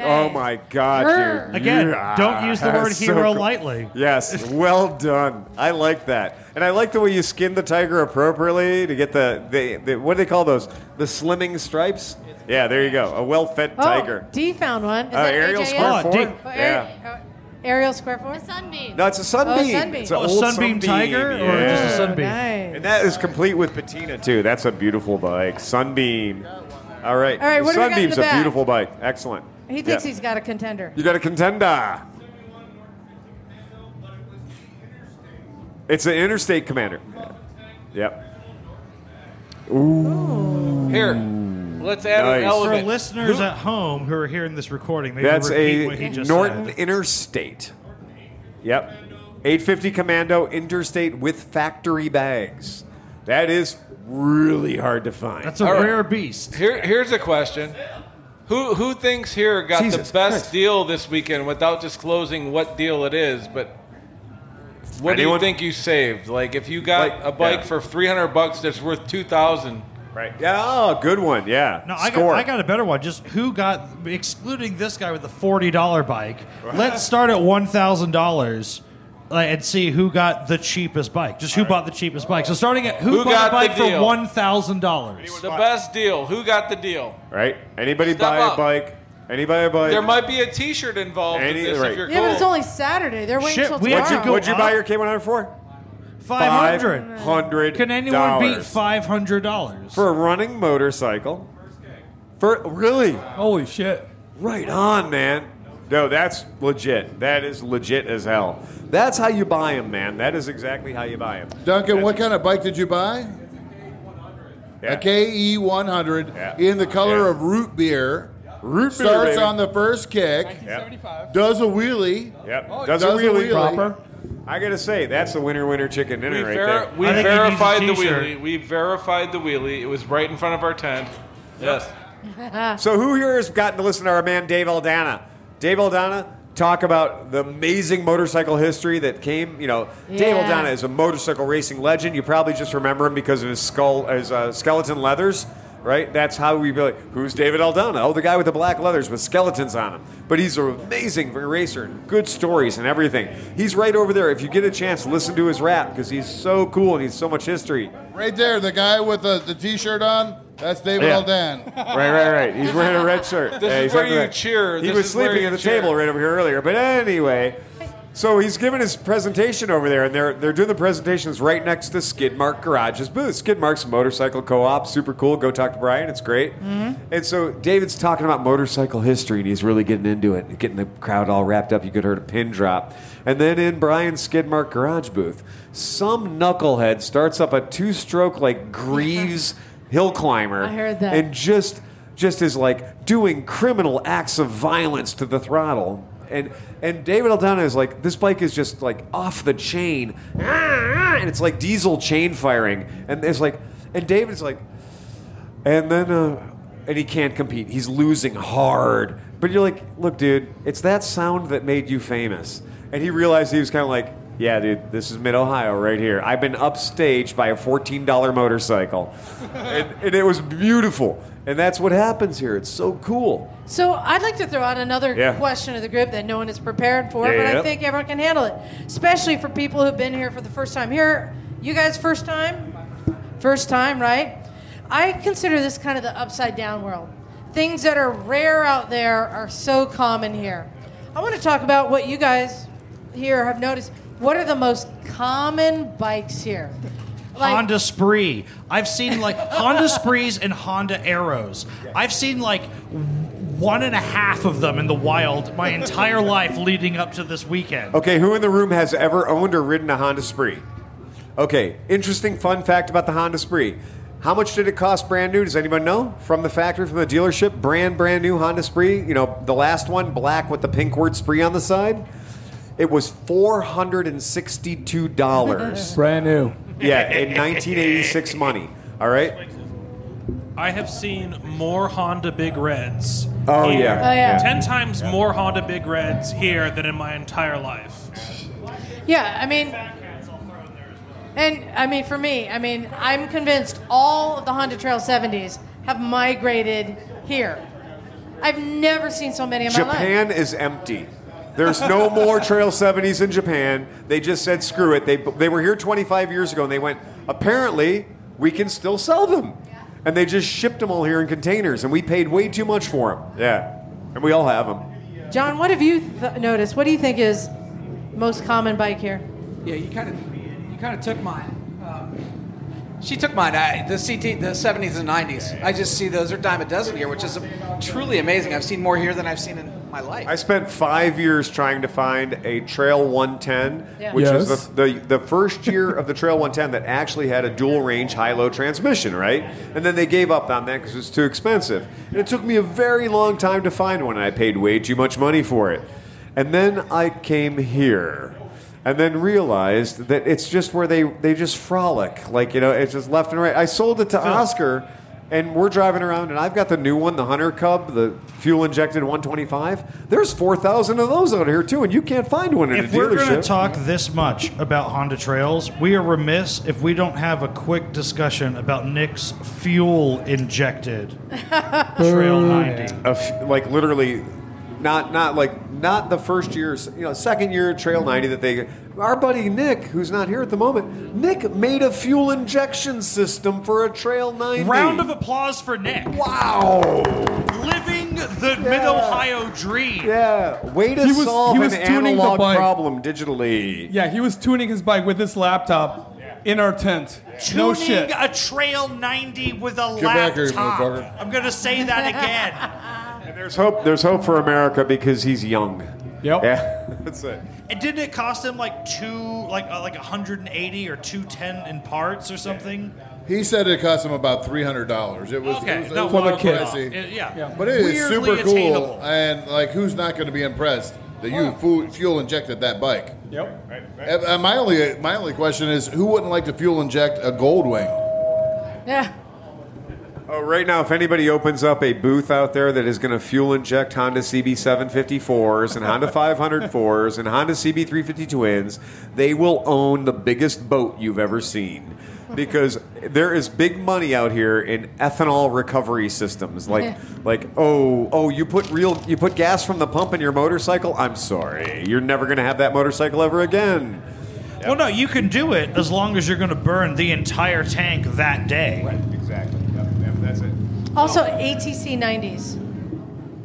S2: Oh my god, dude!
S4: Again,
S2: Yeah.
S4: don't use the word
S2: So
S4: hero
S2: cool.
S4: lightly.
S2: Yes, well done. I like that, and I like the way you skinned the tiger appropriately to get the, the, the what do they call those? The slimming stripes. Yeah, there you go. A well-fed tiger.
S1: Oh, D found one. Is
S2: Uh,
S1: that
S2: aerial
S1: AJS?
S2: square four?
S1: Oh, Ari-
S2: Yeah.
S1: oh, aerial square four. A sunbeam.
S2: No, it's a sunbeam.
S1: Oh, sunbeam.
S2: It's an old Yeah.
S1: Nice.
S2: And that is complete with patina too. That's a beautiful bike, sunbeam. All right,
S1: All right, what do we got in
S2: sunbeam's
S1: the
S2: a
S1: back?
S2: beautiful bike. Excellent.
S1: He thinks
S2: Yeah.
S1: he's got a contender.
S2: You got a contender. It's an interstate commander. Yep. Ooh.
S10: Here, let's add
S2: Nice.
S10: an element.
S4: For listeners
S10: Who-
S4: at home who are hearing this recording, maybe
S2: That's
S4: repeat what he
S2: a
S4: just
S2: Norton
S4: said.
S2: Interstate. Yep. 850 Commando Interstate with factory bags. That is really hard to find.
S4: That's a
S10: All right.
S4: rare beast.
S10: Here, here's a question: Who who thinks here got
S2: Jesus
S10: the best
S2: Christ.
S10: deal this weekend without disclosing what deal it is? But what
S2: Anyone?
S10: do you think you saved? Like if you got
S2: Like,
S10: a bike
S2: yeah.
S10: for three hundred bucks that's worth two thousand,
S2: right? Yeah, oh, good one. Yeah.
S4: No, I got,
S2: Score.
S4: I got a better one. Just who got, excluding this guy with the forty dollar bike. Let's start at one thousand dollars and see who got the cheapest bike. Just who bought the cheapest bike. So starting at who,
S10: Who
S4: bought a
S10: got the
S4: bike for
S10: deal?
S4: one thousand dollars.
S10: the best deal. Who got the deal?
S2: Right? Anybody
S10: Step
S2: buy a
S10: up.
S2: bike? Anybody buy
S10: There might be a T-shirt involved
S2: Any-
S10: in this
S2: right.
S10: if you're
S1: Yeah, but it's
S10: cool.
S1: only Saturday. They're waiting
S4: Shit,
S1: till
S4: we
S1: tomorrow.
S4: had to go
S2: What'd you buy
S4: up.
S2: your K100 for?
S4: Five hundred.
S2: $500.
S4: Can anyone beat five hundred dollars?
S2: For a running motorcycle. For really?
S12: Holy shit.
S2: Right on, man. No, that's legit. That is legit as hell. That's how you buy them, man. That is exactly how you buy them.
S9: Duncan, what kind of bike did you buy? A
S8: E
S9: KE 100 in the color
S2: Yeah.
S9: of root beer.
S2: Root beer,
S9: Starts
S2: baby.
S9: on the first kick.
S2: 1975.
S9: Does a wheelie.
S2: Yep.
S9: Oh,
S2: does,
S9: does
S2: it
S9: a
S2: really
S9: wheelie.
S2: proper? I gotta say, that's the winner, winner chicken dinner
S10: We,
S2: right
S10: ver-
S2: there.
S10: we verified the wheelie. We verified the wheelie. It was right in front of our tent. Yes.
S1: *laughs*
S2: So who here has gotten to listen to our man Dave Aldana? Dave Aldana talk about the amazing motorcycle history that came. You know, Dave
S14: Yeah.
S2: Aldana is a motorcycle racing legend. You probably just remember him because of his skull, his uh, skeleton leathers. right? That's how we build. Who's David Aldana? Oh, the guy with the black leathers with skeletons on him. But he's an amazing racer, and good stories and everything. He's right over there. If you get a chance, listen to his rap because he's so cool and he's so much history.
S8: Right there, the guy with the, the t-shirt on. That's David
S2: Yeah.
S8: Aldan.
S2: Right, right, right. He's wearing a red shirt.
S8: This
S2: Yeah,
S8: is
S2: he's
S8: where
S2: wearing
S8: you
S2: red.
S8: cheer.
S2: He
S8: This
S2: was
S8: is where
S2: sleeping
S8: you
S2: at the
S8: cheer.
S2: table right over here earlier. But anyway, so he's giving his presentation over there, and they're they're doing the presentations right next to Skidmark Garage's booth. Skidmark's a motorcycle co-op, super cool. Go talk to Brian; it's great. And so David's talking about motorcycle history, and he's really getting into it, and getting the crowd all wrapped up. You could hear a pin drop. And then in Brian's Skidmark garage booth, some knucklehead starts up a two-stroke like Greaves hill climber.
S1: I heard that.
S2: And just just is like doing criminal acts of violence to the throttle. And and David Aldana is like, this bike is just like off the chain. And it's like diesel chain firing. And it's like and David's like and then uh and he can't compete. He's losing hard. But you're like, look, dude, it's that sound that made you famous. And he realized he was kind of like, yeah, dude, this is mid Ohio right here. I've been upstaged by a $14 motorcycle. and, and it was beautiful. And that's what happens here. It's so cool.
S1: So I'd like to throw out another
S2: Yeah.
S1: question to the group that no one is prepared for, but I
S2: Yep.
S1: think everyone can handle it, especially for people who've been here for the first time. Here, you guys, first time, first time, right? I consider this kind of the upside down world. Things that are rare out there are so common here. I want to talk about what you guys here have noticed. What are the most common bikes here?
S4: Honda Spree. I've seen like Honda Sprees and Honda Arrows. I've seen like one and a half of them in the wild my entire life leading up to this weekend.
S2: Okay, who in the room has ever owned or ridden a Honda Spree? Okay, interesting fun fact about the Honda Spree. How much did it cost brand new? Does anyone know? From the factory, from the dealership, brand, brand new Honda Spree. You know, the last one, black with the pink word Spree on the side. It was
S12: *laughs*
S2: $462.
S14: Brand new.
S2: Yeah, in 1986 money. All right?
S13: I have seen more Honda Big Reds.
S2: Oh,
S13: here.
S2: yeah. Oh, yeah.
S13: Ten times more Honda Big Reds here than in my entire life.
S2: *laughs*
S1: Yeah, I mean, and I mean for me, I mean I'm convinced all of the Honda Trail 70s have migrated here. I've never seen so many in my life.
S2: Japan is empty. There's no more Trail 70s in Japan. They just said screw it. They they were here 25 years ago and they went apparently we can still sell them. And they just shipped them all here in containers and we paid way too much for them. Yeah. And we all have them.
S1: John, what have you th- noticed? What do you think is most common bike here?
S11: Yeah, you kind of you kind of took mine. Um, she took mine. I, the CT, the 70s and 90s. I just see those are dime a dozen here, which is truly amazing. I've seen more here than I've seen in my life.
S2: I spent five years trying to find a Trail 110,
S11: Yeah.
S2: which
S11: Yes.
S2: is the, the, the first year of the Trail 110 that actually had a dual range high low transmission, right? And then they gave up on that because it was too expensive. And it took me a very long time to find one, and I paid way too much money for it. And then I came here. And then realized that it's just where they, they just frolic. Like, you know, it's just left and right. I sold it to Oscar, and we're driving around, and I've got the new one, the Hunter Cub, the fuel injected 125. There's 4,000 of those out here, too, and you can't find one in
S4: If
S2: a
S4: we're going to
S2: dealership.
S4: talk this much about Honda Trails, we are remiss if we don't have a quick discussion about Nick's fuel injected Trail 90.
S2: A f- like literally, not not like not the first year, you know, second year Trail 90 that they. Our buddy Nick, who's not here at the moment, Nick made a fuel injection system for a Trail 90.
S4: Round of applause for Nick.
S2: Wow.
S4: Living the Mid Ohio dream.
S2: Yeah. Way to
S12: He was-
S2: solve
S12: he was
S2: an
S12: tuning the
S2: analog
S12: bike.
S2: problem digitally.
S12: Yeah, he was tuning his bike with his laptop in our tent. No
S4: Tuning
S12: shit.
S4: a Trail 90 with a
S12: Get back here,
S4: laptop.
S12: motherfucker.
S4: I'm going to say that again.
S2: There's hope. There's hope for America because he's young.
S12: Yep.
S2: Yeah. *laughs* That's it.
S4: And didn't it cost him like two, like uh, like 180 or 210 in parts or something?
S8: He said it cost him about three hundred dollars. It was
S4: Okay,
S8: it was, it
S4: no,
S8: was
S4: well,
S8: kinda
S4: well,
S8: pricey.
S4: it- yeah. Yeah.
S8: but it is
S4: Weirdly
S8: super cool.
S4: attainable.
S8: And like, who's not going to be impressed that you fu- fuel injected that bike?
S12: Yep.
S8: And, uh, my only my only question is, who wouldn't like to fuel inject a Gold Wing?
S1: Yeah.
S2: Oh, right now, if anybody opens up a booth out there that is going to fuel inject Honda CB754s and Honda 504s and Honda CB350 twins, they will own the biggest boat you've ever seen. because there is big money out here in ethanol recovery systems. Like, like oh, oh, you put real, you put gas from the pump in your motorcycle. I'm sorry, you're never going to have that motorcycle ever again.
S4: Well, no, you can do it as long as you're going to burn the entire tank that day. Right,
S2: exactly. that's it.
S1: Also, ATC 90s.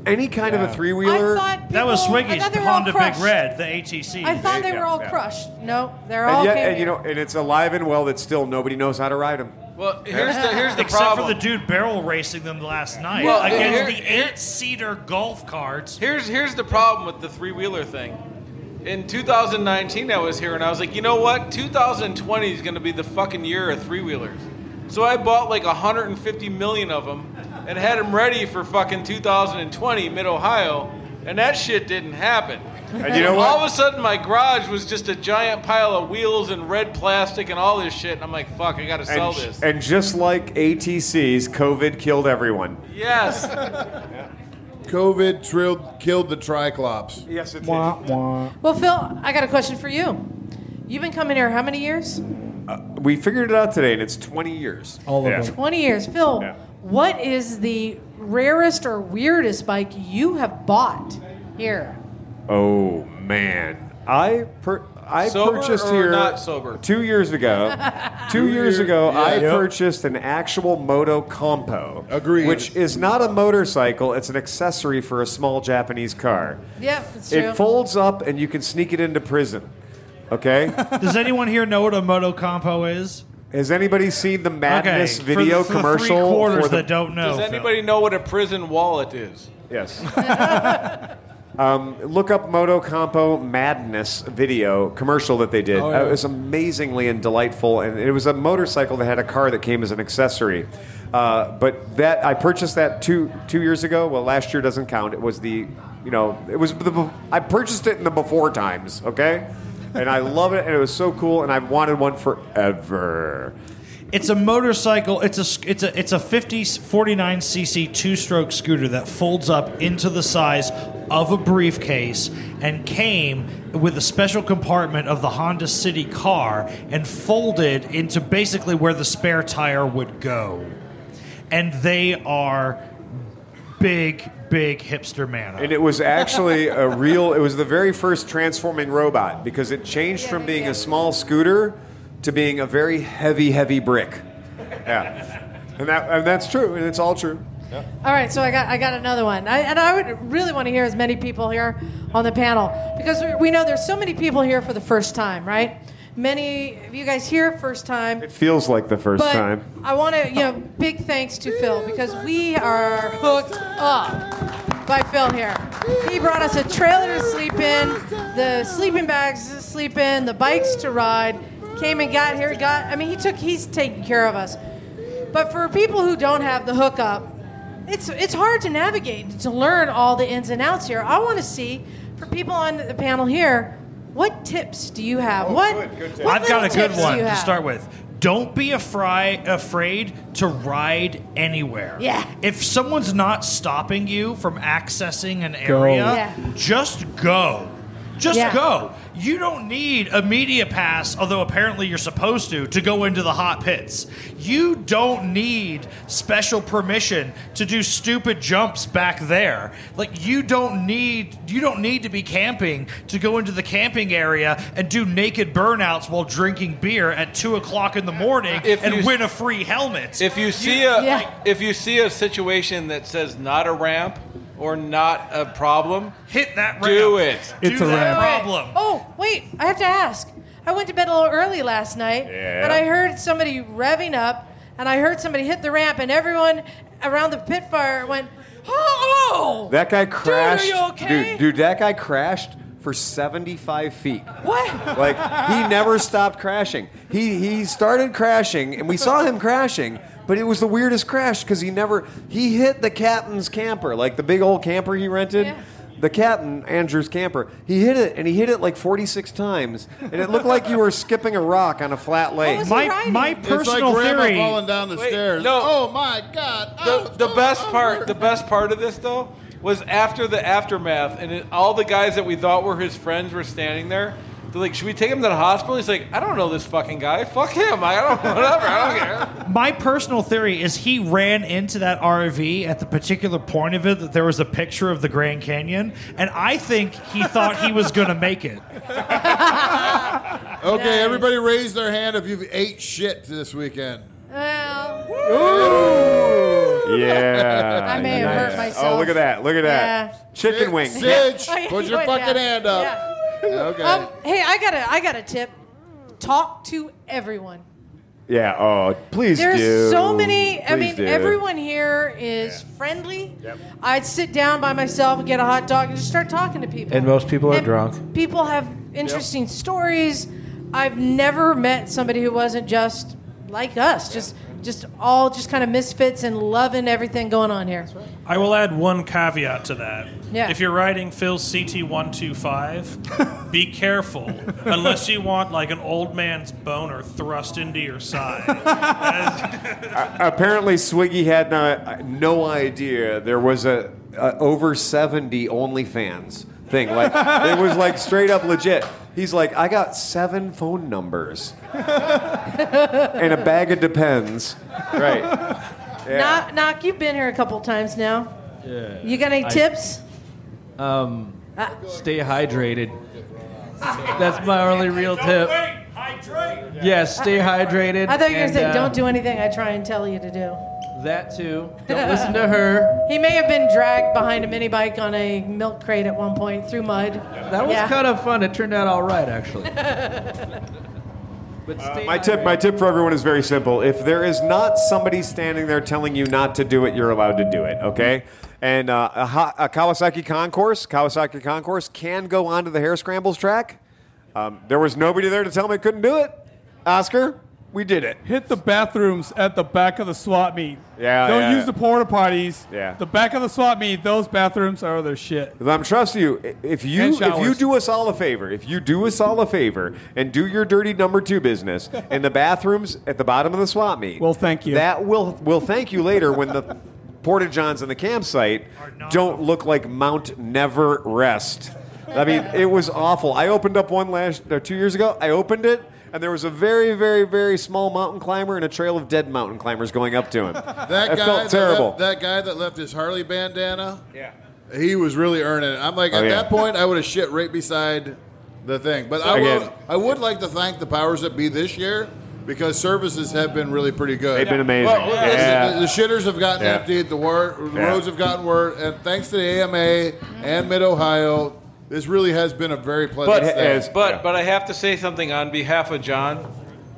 S2: Any kind of a three wheeler.
S4: that was Swiggy's
S1: thought they were all
S4: Honda Big
S1: crushed.
S4: Red, the ATC.
S1: I thought they
S2: Yeah,
S1: were all
S2: yeah.
S1: crushed. No, they're all
S2: And yet,
S1: came
S2: and you know, and it's alive and well that still nobody knows how to ride them.
S10: Well, here's the here's the
S4: Except
S10: problem.
S4: for the dude barrel racing them last night
S10: Well, here-
S4: against the eight-seater golf carts.
S10: Here's here's the problem with the three wheeler thing. In 2019, I was here and I was like, you know what? 2020 is going to be the fucking year of three wheelers. So I bought like 150 million of them and had them ready for fucking 2020 Mid Ohio, and that shit didn't happen.
S2: And you know what?
S10: All of a sudden, my garage was just a giant pile of wheels and red plastic and all this shit. And I'm like, fuck, I got to sell
S2: And, j-
S10: this.
S2: and just like ATCs, COVID killed everyone.
S10: Yes.
S1: *laughs*
S8: COVID trilled, killed the triclops.
S2: Yes, it
S1: Well, Phil, I got a question for you. You've been coming here how many years?
S2: We figured it out today, and it's 20 years. All of them.
S1: 20 years. Phil, what is the rarest or weirdest bike you have bought here?
S2: Oh man, I per- I
S10: Sober
S2: purchased
S10: or
S2: here
S10: not sober?
S2: two years
S10: *laughs*
S2: ago. two years ago,
S10: Yeah.
S2: I
S10: Yep.
S2: purchased an actual Moto Compo,
S8: Agreed.
S2: which is not a motorcycle; it's an accessory for a small Japanese car.
S1: Yep, it's true.
S2: It folds up, and you can sneak it into prison. Okay.
S4: Does anyone here know what a moto compo is?
S2: Has anybody seen the madness
S4: for the-
S2: video
S4: for the three
S2: commercial
S4: quarters
S2: for the
S4: that don't know,
S10: Does anybody know what a prison wallet is?
S4: *laughs*
S2: Yes. Um, look up Moto Compo Madness video commercial that they did.
S10: Oh, yeah.
S2: It was amazingly and delightful, and it was a motorcycle that had a car that came as an accessory. Uh, but that I purchased that two two years ago. Well, last year doesn't count. It was the you know it was the be- I purchased it in the before times. Okay, and I love it, and it was so cool, and I've wanted one forever.
S4: It's a motorcycle. It's a sc- it's a it's a 50 49 cc two-stroke scooter that folds up into the size of a briefcase and came with a special compartment of the Honda City car and folded into basically where the spare tire would go. And they are big big hipster man.
S2: And it was actually a real, it was the very first transforming robot because it changed from being a small scooter to being a very heavy, heavy brick. Yeah. And, that, and that's true, and it's all true.
S1: All right, so I got I got another one, I, and I would really want to hear as many people here on the panel because we, we know there's so many people here for the first time, right? Many of you guys here first time.
S2: Feels like the first
S1: But-
S2: time.
S1: I want to, you know, big thanks to Phil because we are hooked up by Phil here. He brought us a trailer to sleep in, the sleeping bags to sleep in, the bikes to ride. Came and got here. Got, I mean, he took. He's taking care of us. But for people who don't have the hookup, it's it's hard to navigate to learn all the ins and outs here. I want to see for people on the panel here. What tips do you have? what, what
S4: I've got a
S1: little
S4: good
S1: tips do
S4: one
S1: you
S4: to
S1: have?
S4: start with. Don't be afri- afraid to ride anywhere.
S1: Yeah.
S4: If someone's not stopping you from accessing an
S3: Go.
S4: area,
S3: Yeah.
S4: just go. Just
S3: Yeah.
S4: go. You don't need a media pass, although apparently you're supposed to, to go into the hot pits. You don't need special permission to do stupid jumps back there. Like you don't need you don't need to be camping to go into the camping area and do naked burnouts while drinking beer at two o'clock in the morning
S10: If
S4: and
S10: you-
S4: win a free helmet.
S10: If you see a if you see a situation that says not a ramp or not a problem,
S4: hit that
S10: Do it.
S4: It's Do a that ramp. problem.
S1: Oh, wait, I have to ask. I went to bed a little early last night
S10: Yeah.
S1: and I heard somebody revving up and I heard somebody hit the ramp and everyone around the pit fire went, "Oh!"
S2: That guy
S1: Dude, are
S2: crashed.
S1: you okay?
S2: dude, dude, that guy crashed for 75 feet.
S1: What?
S2: Like, he never stopped crashing. He, he started crashing, and we saw him crashing, but it was the weirdest crash because he never, he hit the captain's camper, like the big old camper he rented. The captain, Andrew's camper, he hit it, and he hit it like 46 times, and it looked like you were skipping a rock on a flat lake.
S4: my my personal theory
S8: down the
S10: stairs. No. Oh my god.
S8: Ah.
S10: The, the best part, the best part of this though was after the aftermath and it, all the guys that we thought were his friends were standing there They're like, should we take him to the hospital? He's like, I don't know this fucking guy. Fuck him. I don't. Whatever. I don't care.
S4: My personal theory is he ran into that RV at the particular point of it that there was a picture of the Grand Canyon, and I think he thought he was going to make it.
S8: Okay, everybody raise their hand if you've ate shit this
S4: *laughs*
S8: weekend.
S2: Yeah.
S1: I may have hurt myself.
S2: Ah, Oh, look at that. Look at that.
S1: Yeah.
S2: Chicken wing.
S8: Sig, Sig,
S1: *laughs* Oh, yeah,
S8: put
S1: he
S8: your
S1: went
S8: fucking
S1: down.
S8: hand up.
S1: Yeah.
S8: Okay.
S1: Um, hey, I got a I got a tip. Talk to everyone.
S2: Yeah. Oh, please
S1: There's
S2: do.
S1: so many. I
S2: Please
S1: mean,
S2: do.
S1: everyone here is friendly. I'd sit down by myself and get a hot dog and just start talking to people.
S14: And most people are drunk.
S1: People have interesting stories. I've never met somebody who wasn't just like us, just just all just kind of misfits and loving everything going on here.
S13: I will add one caveat to that.
S1: Yeah.
S13: If you're riding Phil's CT125, be careful unless you want like an old man's boner thrust into your side.
S2: Apparently, Swiggy had no, no idea there was a, a over seventy OnlyFans thing. Like it was like straight up legit. He's like, I got seven phone numbers and a
S1: *laughs*
S2: bag of Depends. Right. Yeah.
S1: Knock, knock. You've been here a couple times now.
S5: Yeah.
S1: You got any
S5: I-
S1: tips?
S5: Um,
S1: Ah.
S5: stay hydrated. That's my only real tip. Yeah, stay hydrated.
S1: I thought you were gonna
S5: and,
S1: say,
S5: uh,
S1: "Don't do anything I try and tell you to do."
S5: that
S1: *laughs*
S5: too. Don't listen to her.
S1: He may have been dragged behind a minibike on a milk crate at one point through mud.
S5: That was kind of fun. It turned out all right, actually. But stay
S2: My tip, my tip for everyone is very simple. If there is not somebody standing there telling you not to do it, you're allowed to do it. Okay. And uh, a, ha- a Kawasaki Concourse, Kawasaki Concourse can go onto the hair scrambles track. Um, there was nobody there to tell me I couldn't do it. Oscar, we did it.
S12: Hit the bathrooms at the back of the swap meet.
S2: Yeah,
S12: Don't
S2: yeah.
S12: use the porta potties.
S2: Yeah.
S12: The back of the swap meet, those bathrooms are their shit.
S2: I'm trusting you. i- If you
S12: And
S2: if you
S12: showers.
S2: do us all a favor, if you do us all a favor and do your dirty number two business in the bathrooms at the bottom of the swap meet, well,
S12: thank you.
S2: That will will thank you later when the porta johns in the campsite don't look like Mount Never Rest. I mean, it was awful. I opened up one last or two years ago. I opened it. And there was a very, very, very small mountain climber and a trail of dead mountain climbers going up to him.
S8: That
S2: I
S8: guy
S2: felt
S8: that
S2: terrible.
S8: left- that guy that left his Harley bandana. Yeah. He was really earning it. I'm like,
S2: Oh,
S8: at
S2: yeah.
S8: that point, I would have shit right beside the thing. But I
S2: Again.
S8: would, I would like to thank the powers that be this year because services have been really pretty good.
S2: They've been amazing.
S8: Well, listen,
S2: Yeah.
S8: the, the shitters have gotten
S2: Yeah.
S8: emptied. The, war, the
S2: Yeah.
S8: roads have gotten worse. And thanks to the AMA and Mid Ohio, this really has been a very pleasant stay.
S10: but but I have to say something on behalf of John,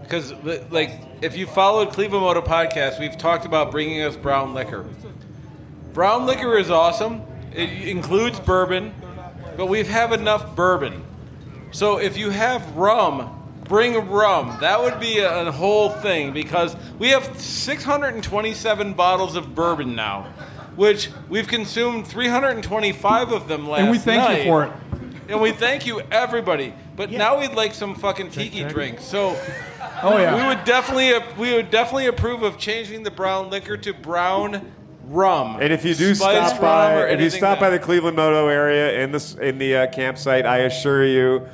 S10: because like if you followed Cleveland Motor Podcast, we've talked about bringing us brown liquor. Brown liquor is awesome. It includes bourbon, but we have enough bourbon. So if you have rum, bring rum. That would be a, a whole thing because we have 627 bottles of bourbon now, which we've consumed 325 of them last night.
S12: And we thank you for it.
S10: And we thank you, everybody. But now we'd like some fucking tiki drinks. So,
S12: Oh, yeah.
S10: we would definitely we would definitely approve of changing the brown liquor to brown rum.
S2: And if you do
S10: Spiced
S2: stop
S10: rum
S2: by,
S10: or
S2: if you
S10: anything
S2: stop
S10: that-
S2: by the Cleveland Moto area in this in the uh, campsite, I assure you,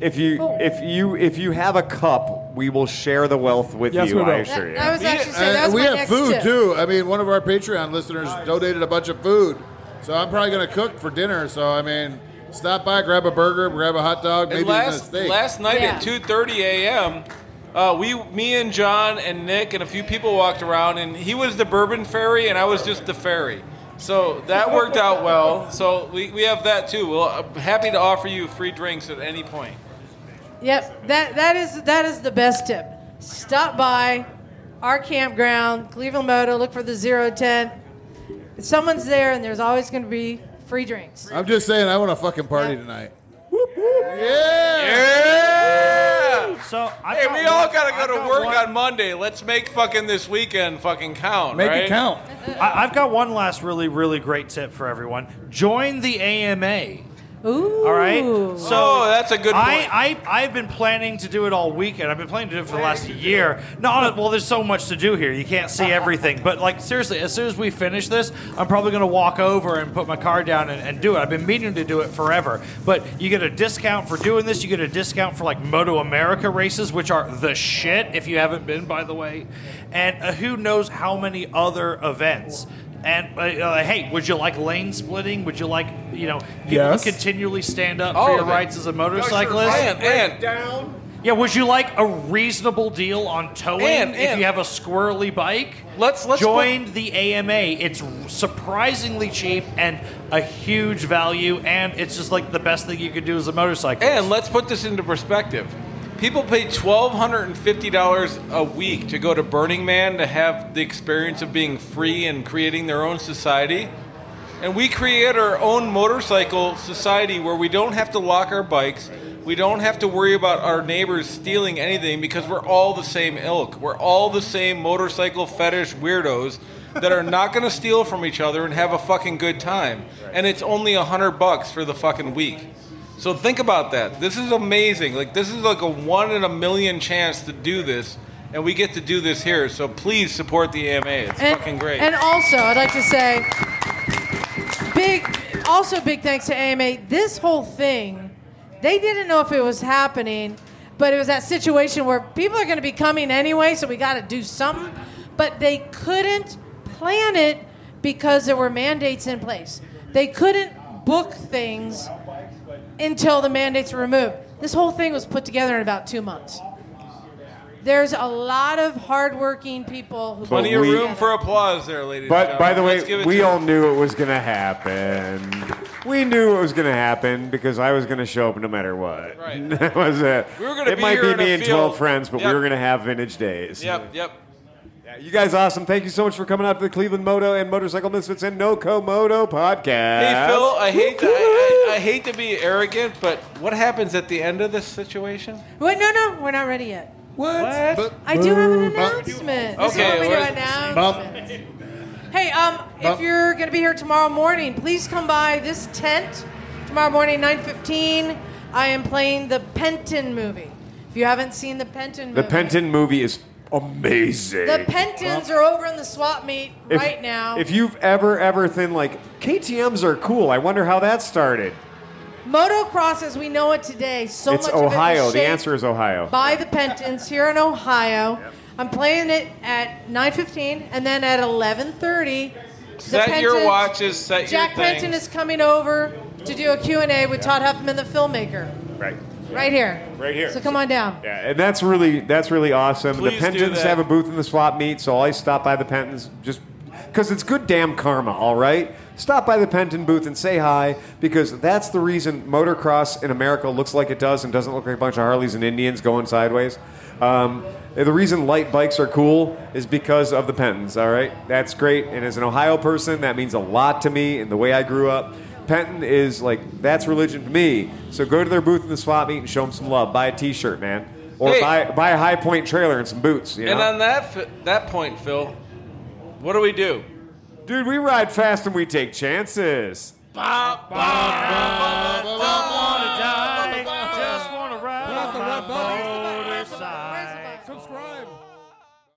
S2: if you if you if you have a cup, we will share the wealth with
S8: Yes,
S2: you.
S8: we will.
S2: I assure you.
S1: I was actually saying
S8: And
S1: that's
S8: we
S1: my
S8: have
S1: next
S8: food
S1: tip.
S8: too. I mean, one of our Patreon listeners donated a bunch of food, so I'm probably going to cook for dinner. So I mean, stop by, grab a burger, grab a hot dog, maybe
S10: And
S8: even a
S10: last
S8: steak.
S10: last night at 2:30 a.m., uh, we, me and John and Nick and a few people walked around, and he was the bourbon ferry, and I was just the ferry. So that worked out well. So we, we have that too. Well, I'm happy to offer you free drinks at any point.
S1: *laughs* Yep, that that is that is the best tip. Stop by our campground, Cleveland Moto. Look for the zero tent. Someone's there, and there's always going to be free drinks.
S8: I'm just saying, I want a fucking party tonight.
S4: So I
S10: hey, we all gotta go to work on Monday. Let's make fucking this weekend fucking count. right?
S4: I, I've got one last really, really great tip for everyone. Join the AMA.
S1: Ooh.
S4: All right. So
S10: Oh, that's a good point.
S4: I, I I've been planning to do it all weekend. I've been planning to do it for the last year. No, well, there's so much to do here. You can't see everything. But like seriously, as soon as we finish this, I'm probably gonna walk over and put my car down and, and do it. I've been meaning to do it forever. But you get a discount for doing this. You get a discount for like Moto America races, which are the shit. If you haven't been, by the way, and uh, who knows how many other events. And uh, uh, hey, would you like lane splitting? Would you like you know people
S13: Yes.
S4: continually stand up
S10: All
S4: for your
S10: of it.
S4: rights as a motorcyclist.
S10: And- and-
S4: yeah, would you like a reasonable deal on towing
S10: And-
S4: if
S10: and-
S4: you have a squirrely bike?
S10: Let's let's
S4: join the AMA. It's surprisingly cheap and a huge value, and it's just like the best thing you could do as a motorcyclist.
S10: And let's put this into perspective. People pay twelve hundred and fifty dollars a week to go to Burning Man to have the experience of being free and creating their own society. And we create our own motorcycle society where we don't have to lock our bikes. We don't have to worry about our neighbors stealing anything because we're all the same ilk. We're all the same motorcycle fetish weirdos that are not going to steal from each other and have a fucking good time. And it's only a hundred bucks for the fucking week. So think about that. This is amazing. Like this is like a one in a million chance to do this, and we get to do this here. So please support the AMA. It's fucking great.
S1: And also, I'd like to say, big, also big thanks to AMA. This whole thing, they didn't know if it was happening, but it was that situation where people are going to be coming anyway, so we got to do something. But they couldn't plan it because there were mandates in place. They couldn't book things until the mandates were removed. This whole thing was put together in about two months. There's a lot of hardworking people who
S10: Plenty
S1: put
S10: of
S1: it
S10: room
S1: together.
S10: for applause there, ladies.
S2: But
S10: and
S2: by the
S10: gentlemen. Let's give
S2: way,
S10: it
S2: we
S10: to-
S2: all knew it was going to happen. We knew it was going to happen because I was going to show up no matter what. Right. *laughs* that was it.
S10: We were gonna
S2: it
S10: be
S2: might
S10: here
S2: be
S10: in a
S2: me and
S10: field.
S2: 12 friends, but
S10: Yep.
S2: we were going to have vintage days.
S10: Yep, yep.
S2: Yeah, you guys awesome. Thank you so much for coming out to the Cleveland Moto and Motorcycle Misfits and NoCo Moto podcast.
S10: Hey Phil, I hate to, I,
S2: *laughs*
S10: I, I hate to be arrogant, but what happens at the end of this situation?
S1: Wait, no, no, we're not ready yet.
S10: What? But-
S1: I do have an
S10: Boo.
S1: announcement. This
S10: Okay,
S1: is when we do
S10: what-
S1: announcements. Hey, um, if
S10: Bump.
S1: you're going to be here tomorrow morning, please come by this tent tomorrow morning, 9.15. I am playing the Penton movie. If you haven't seen the Penton movie.
S2: The Penton movie is amazing.
S1: The Pentons are over in the swap meet
S2: If-
S1: right now.
S2: If you've ever, ever think like, KTMs are cool, I wonder how that started.
S1: Motocross as we know it today, so
S2: it's
S1: much
S2: Ohio.
S1: of it is
S2: the
S1: shaped
S2: answer is Ohio.
S1: by the Pentons here in Ohio. I'm playing it at 9:15 and then at 11:30. the
S10: Set your
S1: Pentons-
S10: watches. Set
S1: Jack
S10: your things.
S1: Penton is coming over to do a Q&A with Todd Huffman, the filmmaker,
S2: Right.
S1: right here.
S2: Right here.
S1: So come on down.
S2: Yeah, and that's really that's really awesome.
S1: Please
S2: the
S1: do
S2: Pentons
S1: that.
S2: have a booth in the swap meet, so always stop by the Pentons just because it's good damn karma. All right, stop by the Penton booth and say hi because that's the reason motocross in America looks like it does and doesn't look like a bunch of Harleys and Indians going sideways. Um, the reason light bikes are cool is because of the Pentons. All right, that's great. And as an Ohio person, that means a lot to me and the way I grew up. Penton is like that's religion to me. So go to their booth in the swap meet and show them some love. Buy a T-shirt, man, or
S10: Hey.
S2: buy buy a High Point trailer and some boots. You know,
S10: And on that fi- that point, Phil, what do we do?
S2: dude, we ride fast and we take chances.
S4: Just want to ride my motorcycle. Subscribe.